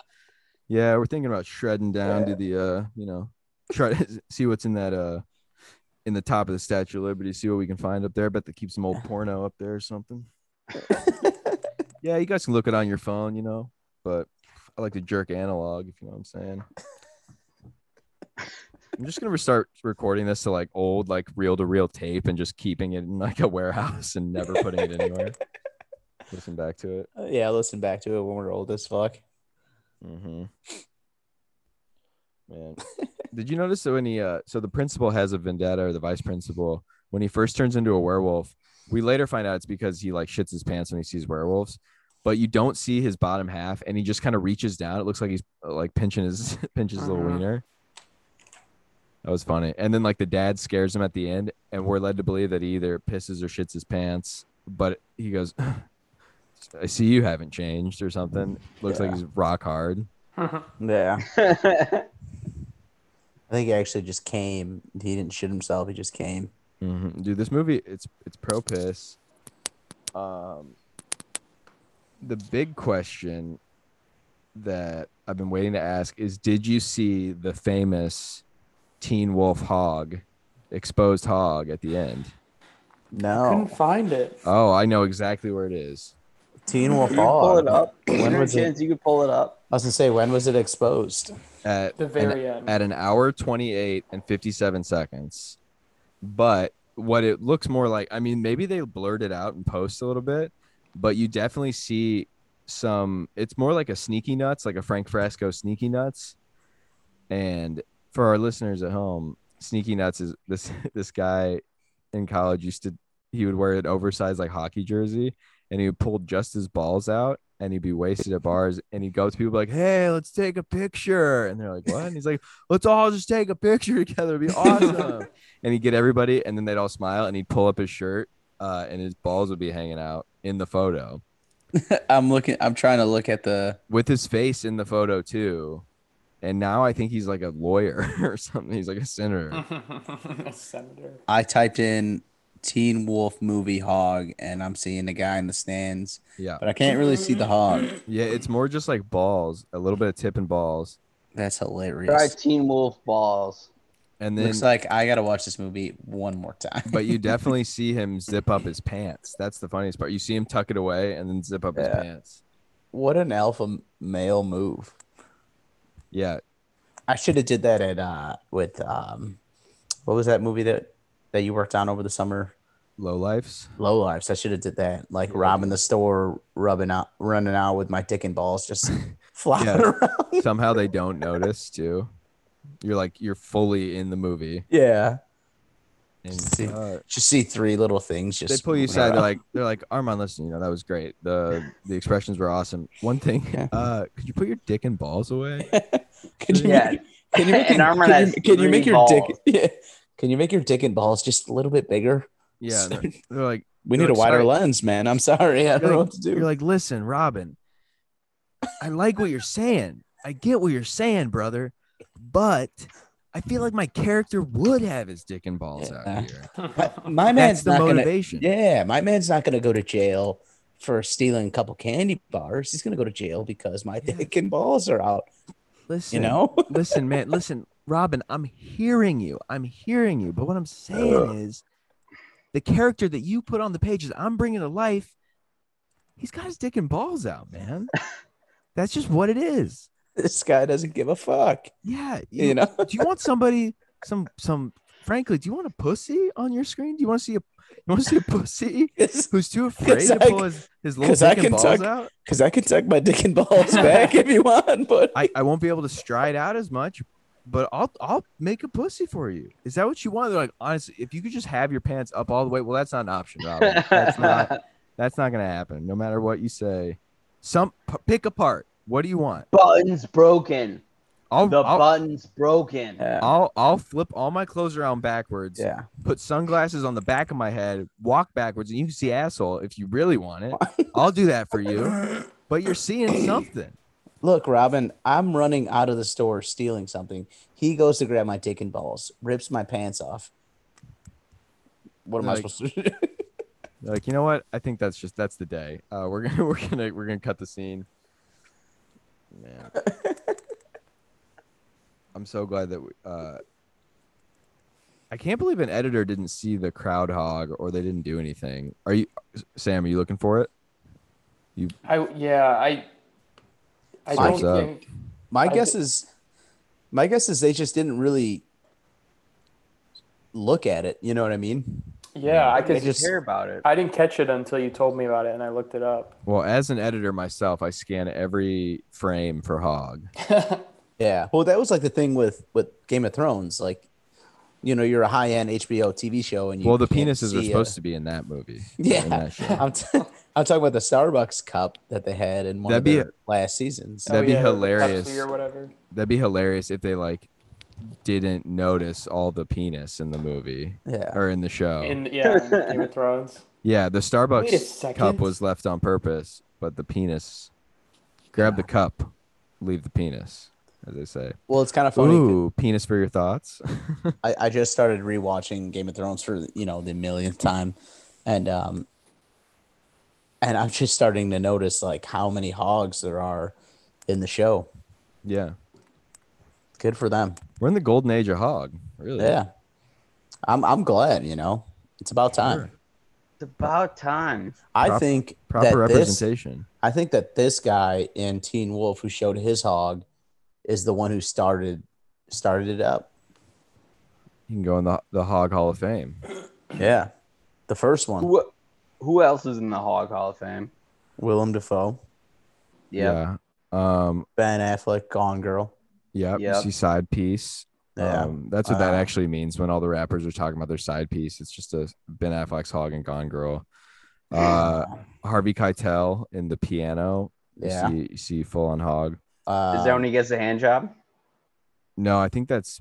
S5: Yeah, we're thinking about shredding down to the uh, you know, try to see what's in that uh in the top of the Statue of Liberty, see what we can find up there. Bet they keep some old porno up there or something. yeah, you guys can look it on your phone, you know. But I like to jerk analog, if you know what I'm saying. I'm just gonna start recording this to like old, like reel to reel tape and just keeping it in like a warehouse and never putting it anywhere. Listen back to it.
S3: Uh, Yeah, listen back to it when we're old as fuck.
S5: Mm-hmm. Man, did you notice that when he uh, so the principal has a vendetta or the vice principal when he first turns into a werewolf? We later find out it's because he like shits his pants when he sees werewolves, but you don't see his bottom half, and he just kind of reaches down. It looks like he's uh, like pinching his pinches his little
S6: Uh-huh.
S5: wiener. That was funny. And then like the dad scares him at the end, and we're led to believe that he either pisses or shits his pants. but he goes, I see you haven't changed or something. Looks like
S8: Yeah.
S5: he's rock hard.
S8: Yeah.
S3: I think he actually just came. He didn't shoot himself. He just came.
S5: Mhm. Dude, this movie it's it's pro piss. Um, the big question that I've been waiting to ask is: Did you see the famous Teen Wolf hog, exposed hog at the end?
S8: No.
S6: Couldn't find it.
S5: Oh, I know exactly where it is.
S3: Teen Wolf
S2: pull
S3: Hog.
S2: it
S3: I
S2: up. When
S3: was it?
S2: chance you could pull it up.
S3: was gonna say, when was it exposed?
S5: At
S6: The
S5: an-
S6: very end.
S5: at an hour 28 and 57 seconds. But what it looks more like, I mean, maybe they blurred it out and post a little bit, but you definitely see some, it's more like a sneaky nuts, like a Frank Fresco sneaky nuts. And for our listeners at home, sneaky nuts is this, this guy in college used to, he would wear an oversized like hockey jersey and he would pull just his balls out and he'd be wasted at bars and he'd go up to people like, Hey, let's take a picture. And they're like, What? And he's like, Let's all just take a picture together. It'd be awesome. and he'd get everybody and then they'd all smile and he'd pull up his shirt uh, and his balls would be hanging out in the photo
S3: I'm looking. I'm trying to look at the.
S5: with his face in the photo too. And now I think he's like a lawyer or something. He's like a senator.
S6: Senator.
S3: I typed in Teen Wolf movie hog, and I'm seeing a guy in the stands,
S5: Yeah.
S3: but I can't really see the hog.
S5: Yeah. It's more just like balls, a little bit of tip and balls.
S3: That's hilarious.
S2: Try Teen Wolf Balls.
S5: And then
S3: Looks like I gotta watch this movie one more time.
S5: but you definitely see him zip up his pants. That's the funniest part. You see him tuck it away and then zip up his
S3: Yeah.
S5: pants.
S3: what an alpha male move!
S5: Yeah,
S3: I should have did that at uh with um, what was that movie that that you worked on over the summer?
S5: low lifes.
S3: Low lives. I should have did that. Like robbing the store, rubbing out, running out with my dick and balls, just flopping
S5: Yeah.
S3: around.
S5: Somehow they don't notice too. You're like you're fully in the movie.
S3: Yeah.
S5: And,
S3: See.
S5: uh,
S3: Just see three little things. Just
S5: they pull you
S3: moving
S5: aside. They're
S3: around.
S5: like, they're like, Armand, listen, you know that was great. The the expressions were awesome. One thing,
S3: Yeah.
S5: uh, could you put your dick and balls away?
S3: Could you
S2: Yeah.
S3: make- Can you make,
S2: And
S3: your-
S2: Armand
S3: can
S2: has
S3: you, can you make
S2: three
S3: your dick?
S2: balls.
S3: Yeah. Can you make your dick and balls just a little bit bigger?
S5: Yeah, and they're, they're like,
S3: We
S5: You're
S3: need a
S5: like,
S3: wider
S5: "Sorry."
S3: lens, man. I'm sorry. I don't know what to
S5: you're
S3: do.
S5: like, listen, Robin, I like what you're saying. I get what you're saying, brother, but I feel like my character would have his dick and balls
S3: Yeah.
S5: out here.
S3: my my
S5: That's
S3: man's
S5: the
S3: not gonna.
S5: motivation.
S3: Yeah, my man's not gonna go to jail for stealing a couple candy bars. He's gonna go to jail because my dick and balls are out.
S5: Listen,
S3: You know?
S5: listen, man, listen, Robin, I'm hearing you. I'm hearing you. But what I'm saying is the character that you put on the pages I'm bringing to life, he's got his dick and balls out, man. That's just what it is.
S3: This guy doesn't give a fuck.
S5: Yeah.
S3: You know?
S5: do you want somebody some some frankly do you want a pussy on your screen do you want to see a you want to see a pussy
S3: Because
S5: who's too afraid to
S3: I
S5: pull
S3: c-
S5: his, his little
S3: 'cause I
S5: dick and
S3: can
S5: balls
S3: tuck-
S5: out
S3: I can tuck my dick and balls back if you want, but
S5: I, I won't be able to stride out as much but i'll i'll make a pussy for you is that what you want they're like honestly if you could just have your pants up all the way well that's not an option Robin. that's not that's not gonna happen no matter what you say some p- pick apart what do you want
S2: Button's broken.
S5: i'll
S2: the
S5: I'll,
S2: button's broken.
S3: yeah,
S5: I'll I'll flip all my clothes around backwards
S3: yeah.
S5: put sunglasses on the back of my head, walk backwards, and you can see asshole if you really want it. I'll do that for you. But you're seeing something.
S3: Look, Robin, I'm running out of the store stealing something. He goes to grab my dick and balls, rips my pants off. What am I
S5: Like-
S3: supposed to do?
S5: You're like, you know what? I think that's just that's the day. Uh, we're gonna we're gonna we're gonna cut the scene. Man. I'm so glad that we, uh I can't believe an editor didn't see the crowd hog or they didn't do anything. Are you Sam, are you looking for it?
S6: I yeah, I I don't
S5: Sums up.
S6: think
S3: My
S6: I
S3: guess
S6: thi-
S3: is, my guess is they just didn't really look at it. You know what I mean?
S6: yeah, I
S2: I
S6: could
S2: didn't
S6: just
S2: care about it.
S6: I didn't catch it until you told me about it and I looked it up.
S5: Well, as an editor myself, I scan every frame for hog.
S3: Yeah. Well, that was like the thing with with Game of Thrones. Like, you know, you're a high end HBO TV show, and you
S5: Well, the
S3: can't
S5: penises were
S3: see a-
S5: supposed to be in that movie.
S3: Yeah.
S5: in that show.
S3: I'm, t- I'm talking about the Starbucks cup that they had in one
S5: That'd
S3: of
S5: be
S3: their last seasons.
S5: That'd be
S6: yeah, the
S5: hilarious.
S6: Pepsi Or whatever.
S5: That'd be hilarious if they like didn't notice all the penis in the movie
S3: yeah.
S5: or in the show.
S6: In yeah, in Game of Thrones.
S5: Yeah, the
S6: Wait a
S5: Starbucks
S6: second.
S5: cup was left on purpose, but the penis. Grab the cup, leave the penis, as they say.
S3: Well, it's kind of funny. 'cause
S5: Ooh, penis for your thoughts.
S3: I, I just started rewatching Game of Thrones for you know the millionth time, and um, and I'm just starting to notice like how many hogs there are in the show.
S5: yeah,
S3: Good for them.
S5: we're in the golden age of hog. Really?
S3: Yeah, I'm I'm glad. You know, it's about time.
S2: It's about time.
S3: I
S5: Prop-
S3: think
S5: Proper
S3: that this,
S5: representation.
S3: I think that this guy in Teen Wolf who showed his hog is the one who started started it up.
S5: You can go in the the hog hall of fame.
S3: Yeah, the first one,
S2: Who, who else is in the Hog Hall of Fame?
S3: Willem Dafoe,
S2: Yeah.
S5: Yeah. Um.
S3: Ben Affleck, Gone Girl.
S5: Yeah. You
S2: Yep. Uh-huh.
S5: see side piece.
S3: Yeah,
S5: Um, that's what that
S3: Uh,
S5: actually means when all the rappers are talking about their side piece. It's just a Ben Affleck's Hog and Gone Girl. Uh, Harvey Keitel in the piano. You
S3: Yeah.
S5: See, you see full on hog.
S3: Uh,
S2: Is that when he gets a hand job?
S5: No, I think that's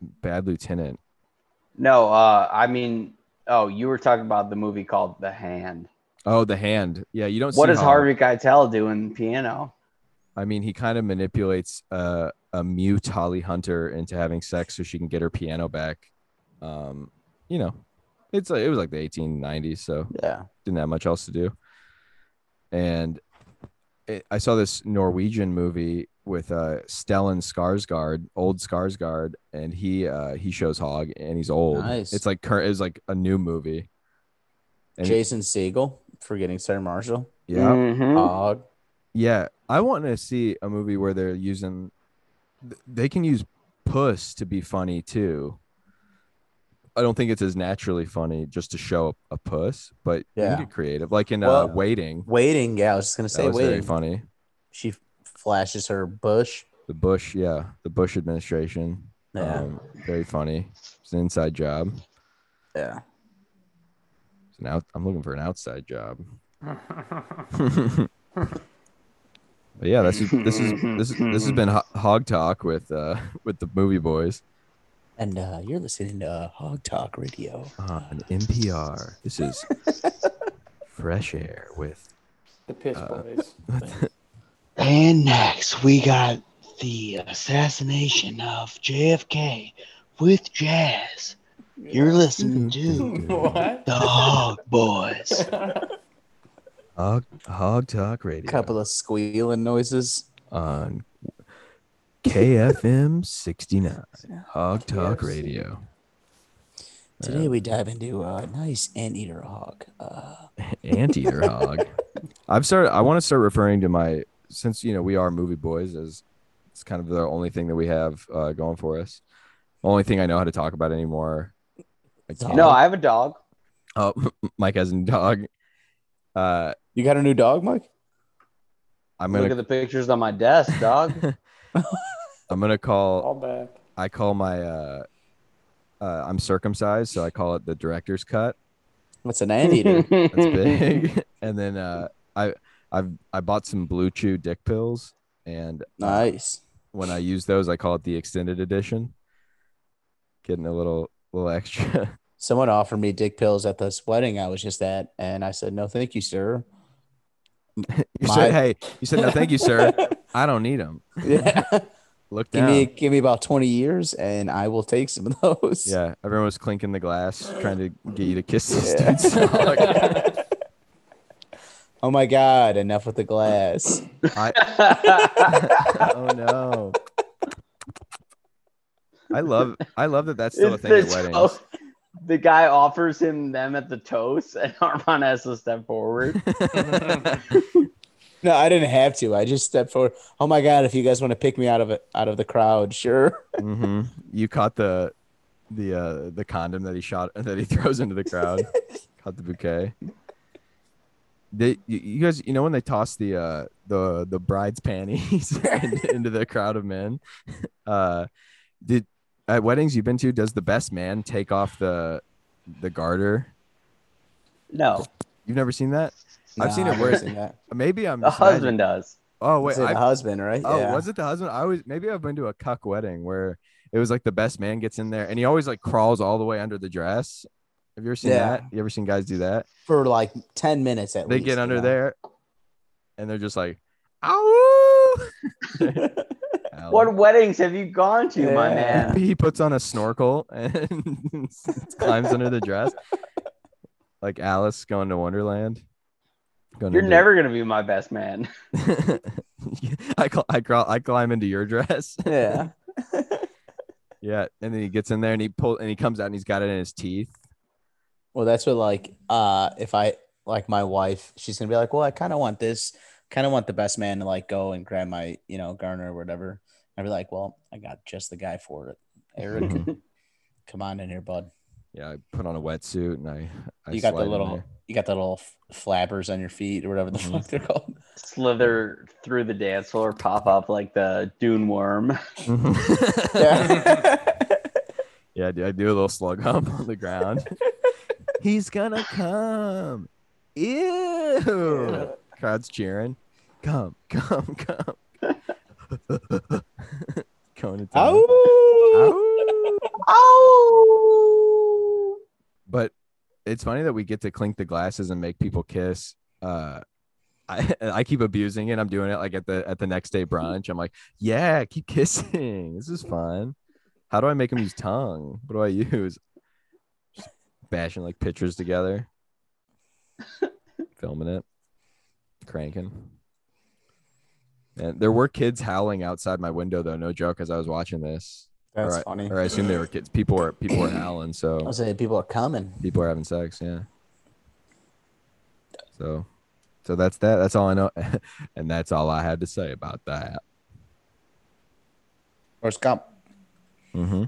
S5: Bad Lieutenant.
S2: No, uh, I mean, oh, you were talking about the movie called The Hand.
S5: Oh, the hand. Yeah, you don't.
S2: What
S5: see
S2: does
S5: hog.
S2: Harvey Keitel do in piano?
S5: I mean, he kind of manipulates uh, a mute Holly Hunter into having sex so she can get her piano back. Um, you know, it's like, it was like the 1890s, so
S3: yeah.
S5: didn't have much else to do. And it, I saw this Norwegian movie with uh, Stellan Skarsgård, old Skarsgård, and he uh, he shows hog and he's old.
S3: Nice.
S5: It's like current. It was like a new movie. And-
S3: Jason Segel, forgetting Sarah Marshall.
S5: Yeah,
S3: Hmm?
S2: Mhm.
S3: Hog.
S5: yeah. I want to see a movie where they're using. th- They can use puss to be funny too. I don't think it's as naturally funny just to show a, a puss, but you
S3: Yeah.
S5: can get creative. Like in uh,
S3: Well,
S5: Waiting,
S3: Waiting. Yeah, I was just gonna
S5: that
S3: say
S5: was very
S3: waiting.
S5: funny.
S3: She flashes her bush.
S5: the Bush, yeah, the Bush administration.
S3: Yeah.
S5: Um, very funny. It's an inside job.
S3: Yeah.
S5: It's an out, I'm looking for an outside job. but yeah, that's this is this is this has been Ho- hog talk with uh with the movie boys
S3: And uh, you're listening to uh, Hog Talk Radio.
S5: on NPR. This is fresh air with
S6: The piss
S5: Uh,
S6: boys.
S8: And next, we got the assassination of JFK with jazz. You're listening to
S6: what?
S8: the Hog Boys.
S5: hog hog talk radio
S3: Couple of squealing noises.
S5: on KFM 69 Hog Talk
S6: Yes.
S5: Radio.
S3: Today we dive into a nice anteater hog. Uh,
S5: anteater hog. I've started. I want to start referring to my since you know we are movie boys as it's kind of the only thing that we have uh, going for us. Only thing I know how to talk about anymore. I can't-
S2: No, I have a dog.
S5: oh, Mike has a dog. Uh,
S3: you got a new dog, Mike?
S5: I'm
S2: Look at
S5: gonna.
S2: the pictures on my desk, dog.
S5: I'm gonna call.
S6: All back.
S5: I call my. Uh, uh, I'm circumcised, so I call it the director's cut.
S3: What's an anteater?
S5: That's big. and then uh, I, I've I bought some Blue Chew dick pills, and uh,
S3: nice.
S5: when I use those, I call it the extended edition. Getting a little little extra.
S3: Someone offered me dick pills at this wedding I was just at, and I said, no, thank you, sir.
S5: You
S3: My-
S5: said, "Hey," you said, "No, thank you, sir. I don't need them."
S3: Yeah.
S5: Look
S3: give,
S5: down.
S3: me, give me about 20 years, and I will take some of those.
S5: yeah, everyone was clinking the glass, trying to get you to kiss these
S3: Yeah.
S5: dudes. Look,
S3: Oh my God, enough with the glass.
S5: I, oh no. I love, I love that that's still a
S2: It's
S5: thing at
S2: the
S5: weddings.
S2: toast. The guy offers him them at the toast, and Armand has to step forward.
S3: No, I didn't have to. I just stepped forward. Oh my god! If you guys want to pick me out of it, out of the crowd, sure.
S5: hmm You caught the, the uh, the condom that he shot that he throws into the crowd. caught the bouquet. They, you, you guys, you know when they toss the uh, the the bride's panties into, into the crowd of men. Uh, did at weddings you've been to? Does the best man take off the the garter?
S2: No,
S5: You've never seen that? I've seen
S3: Nah,
S5: it where-
S3: I've seen that.
S5: Maybe I'm
S2: the
S5: just imagining-
S2: husband does.
S5: Oh wait,
S3: It's in
S5: I,
S3: the husband, right?
S5: Oh, was it the husband? I was maybe I've been to a cuck wedding where it was like the best man gets in there and he always like crawls all the way under the dress Have you ever seen
S3: Yeah.
S5: that? You ever seen guys do that?
S3: for like 10 minutes at
S5: they
S3: least.
S5: get
S3: you
S5: under
S3: know?
S5: there and they're just like, ow!
S2: What weddings have you gone to, my
S3: Yeah.
S2: man?
S5: He puts on a snorkel and climbs under the dress. Like Alice going to Wonderland. Going
S2: You're
S5: into-
S2: never gonna be my best man.
S5: I, cl- I, crawl, I climb into your dress.
S3: Yeah.
S5: yeah. And then he gets in there and he pull and he comes out and he's got it in his teeth.
S3: Well, that's what like uh if I like my wife, she's gonna be like, Well, I kinda want this, kinda want the best man to like go and grab my, you know, garner or whatever. I'd be like, Well, I got just the guy for it. Eric,
S5: Mm-hmm.
S3: come on in here, bud.
S5: Yeah. I put on a wetsuit and I, I
S3: You got the
S5: slide in
S3: little
S5: there.
S3: you got the little f- flappers on your feet or whatever the fuck they're called.
S2: Slither through the dance floor, pop up like the Dune worm.
S3: Yeah.
S5: Yeah, I do, I do a little slug hump on the ground. He's gonna come. Ew. Crowd's cheering. Come, come, come. Going to town. Ow. But it's funny that we get to clink the glasses and make people kiss. Uh, I I keep abusing it. I'm doing it like at the at the next day brunch. I'm like, yeah, keep kissing. This is fun. How do I make them use tongue? What do I use? Just bashing like pictures together, filming it, cranking. And there were kids howling outside my window though. No joke, as I was watching this,
S3: That's
S5: All right.
S3: funny.
S5: or I assume they were kids. People were people were howling,
S3: I
S5: so
S3: was saying people are coming.
S5: people are having sex. Yeah. So, so that's that. That's all I know, and that's all I had to say about that.
S3: Or come.
S5: Mm-hmm.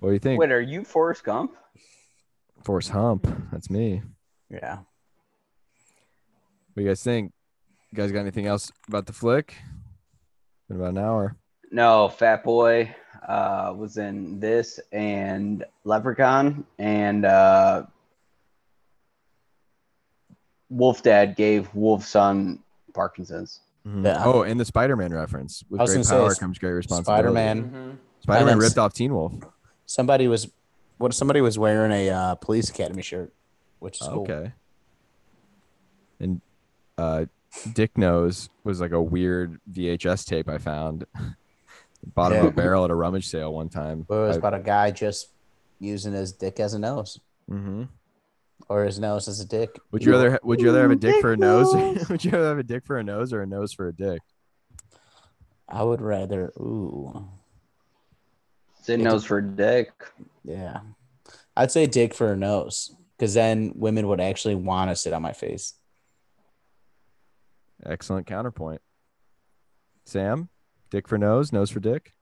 S5: what do you think?
S2: Wait, are you Forrest Gump?
S5: Force hump. That's me.
S3: Yeah.
S5: What do you guys think? You guys got anything else about the flick? Been about an hour.
S2: No, Fat Boy uh, was in this and Leprechaun and uh, Wolf Dad gave Wolf Son Parkinson's.
S3: Yeah.
S5: Oh, and the Spider-Man reference. With
S3: I was
S5: great
S3: gonna say,
S5: power
S3: s-
S5: comes great responsibility.
S3: Spider Man.
S6: hmm
S5: Spider-Man
S3: And that's-
S5: ripped off Teen Wolf.
S3: Somebody was what somebody was wearing a uh, police academy shirt, which is cool.
S5: Okay. And uh, Dick Nose was like a weird VHS tape I found bottom of
S3: Yeah.
S5: a barrel at a rummage sale one time.
S3: But it was about a guy just using his dick as a nose
S5: hmm
S3: or his nose as a dick.
S5: Would you rather ha- would you rather have a dick for a nose? would you rather have a dick for a nose or a nose for a dick?
S3: I would rather. Ooh,
S2: Zin knows for dick.
S3: yeah. I'd say dick for a nose because then women would actually want to sit on my face.
S5: Excellent counterpoint. Sam, dick for nose, nose for dick.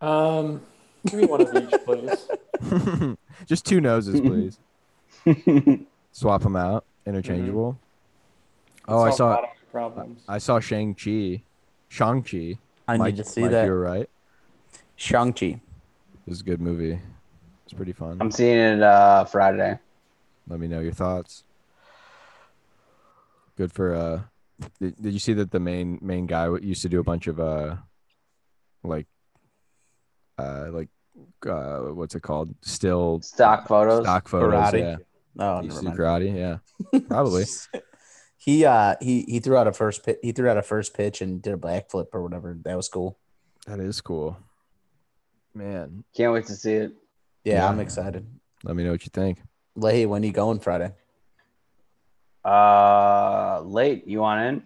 S6: Um, give me one of each, please.
S5: Just two noses, please. Swap them out, interchangeable. Oh, I
S6: Solve a
S5: saw
S6: lot of my problems.
S5: I saw Shang Chi, Shang Chi.
S3: I
S5: Mike-
S3: need to see
S5: Mike,
S3: that.
S5: You were right.
S3: Shang Chi.
S5: It was a good movie. It's pretty fun.
S2: I'm seeing it uh, Friday.
S5: Let me know your thoughts. Good for uh did, did you see that the main main guy w- used to do a bunch of uh like uh like uh what's it called? Still
S2: Stock photos.
S5: stock photos.
S3: Karate.
S5: Yeah.
S3: Oh,
S5: He used
S3: never
S5: to do
S3: mind.
S5: karate, yeah. Probably.
S3: He uh he he threw out a first pit. He threw out a first pitch and did a backflip or whatever. That was cool.
S5: That is cool. Man,
S2: Can't wait to see it.
S3: Yeah,
S5: Yeah.
S3: I'm excited.
S5: let me know what you think.
S3: Leahy, when you going Friday?
S2: Uh, late. You want in?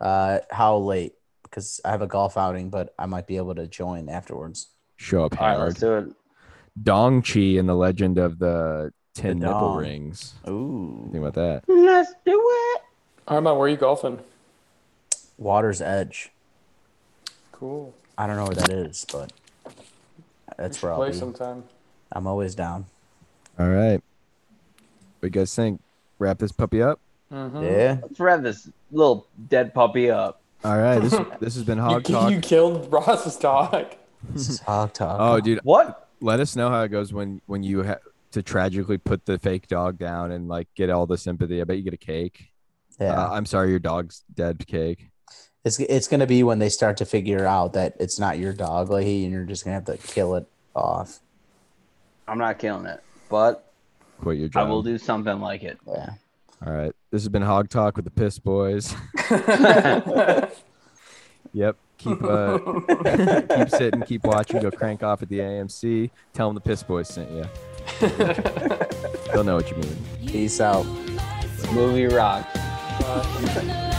S3: Uh, how late? Because I have a golf outing, but I might be able to join afterwards.
S5: Show up
S2: All right, let's
S5: Howard.
S2: do it.
S5: Dong Chi in the legend of the tin
S3: The
S5: nipple
S3: dong.
S5: rings.
S3: Ooh,
S5: Think about that.
S2: Let's do it.
S6: Armand, where are you golfing?
S3: Water's Edge.
S6: Cool.
S3: I don't know where that is, but that's where I'll
S6: Play
S3: be.
S6: sometime.
S3: I'm always down.
S5: All right. What you guys think? Wrap this puppy up.
S6: Mhm.
S3: Yeah,
S2: Let's wrap this little dead puppy up.
S5: All right. This this has been
S6: You,
S5: Hog
S6: ki-
S5: Talk.
S6: you killed Ross's dog.
S3: this is hog talk.
S5: Oh, dude,
S2: What?
S5: let us know how it goes when when you have to tragically put the fake dog down and like get all the sympathy. I bet you get a cake.
S3: yeah.
S5: Uh, I'm sorry, your dog's dead. Cake.
S3: it's it's gonna be when they start to figure out that it's not your dog, Leahy, and you're just gonna have to kill it off.
S2: I'm not killing it, but
S5: Quit your
S2: I
S5: job.
S2: will do something like it.
S5: All right. This has been Hog Talk with the Piss Boys. yep. Keep uh, keep sitting, keep watching. Go crank off at the AMC. Tell them the Piss Boys sent you. They'll know what you mean.
S3: Peace out.
S2: Movie rock.
S9: Love.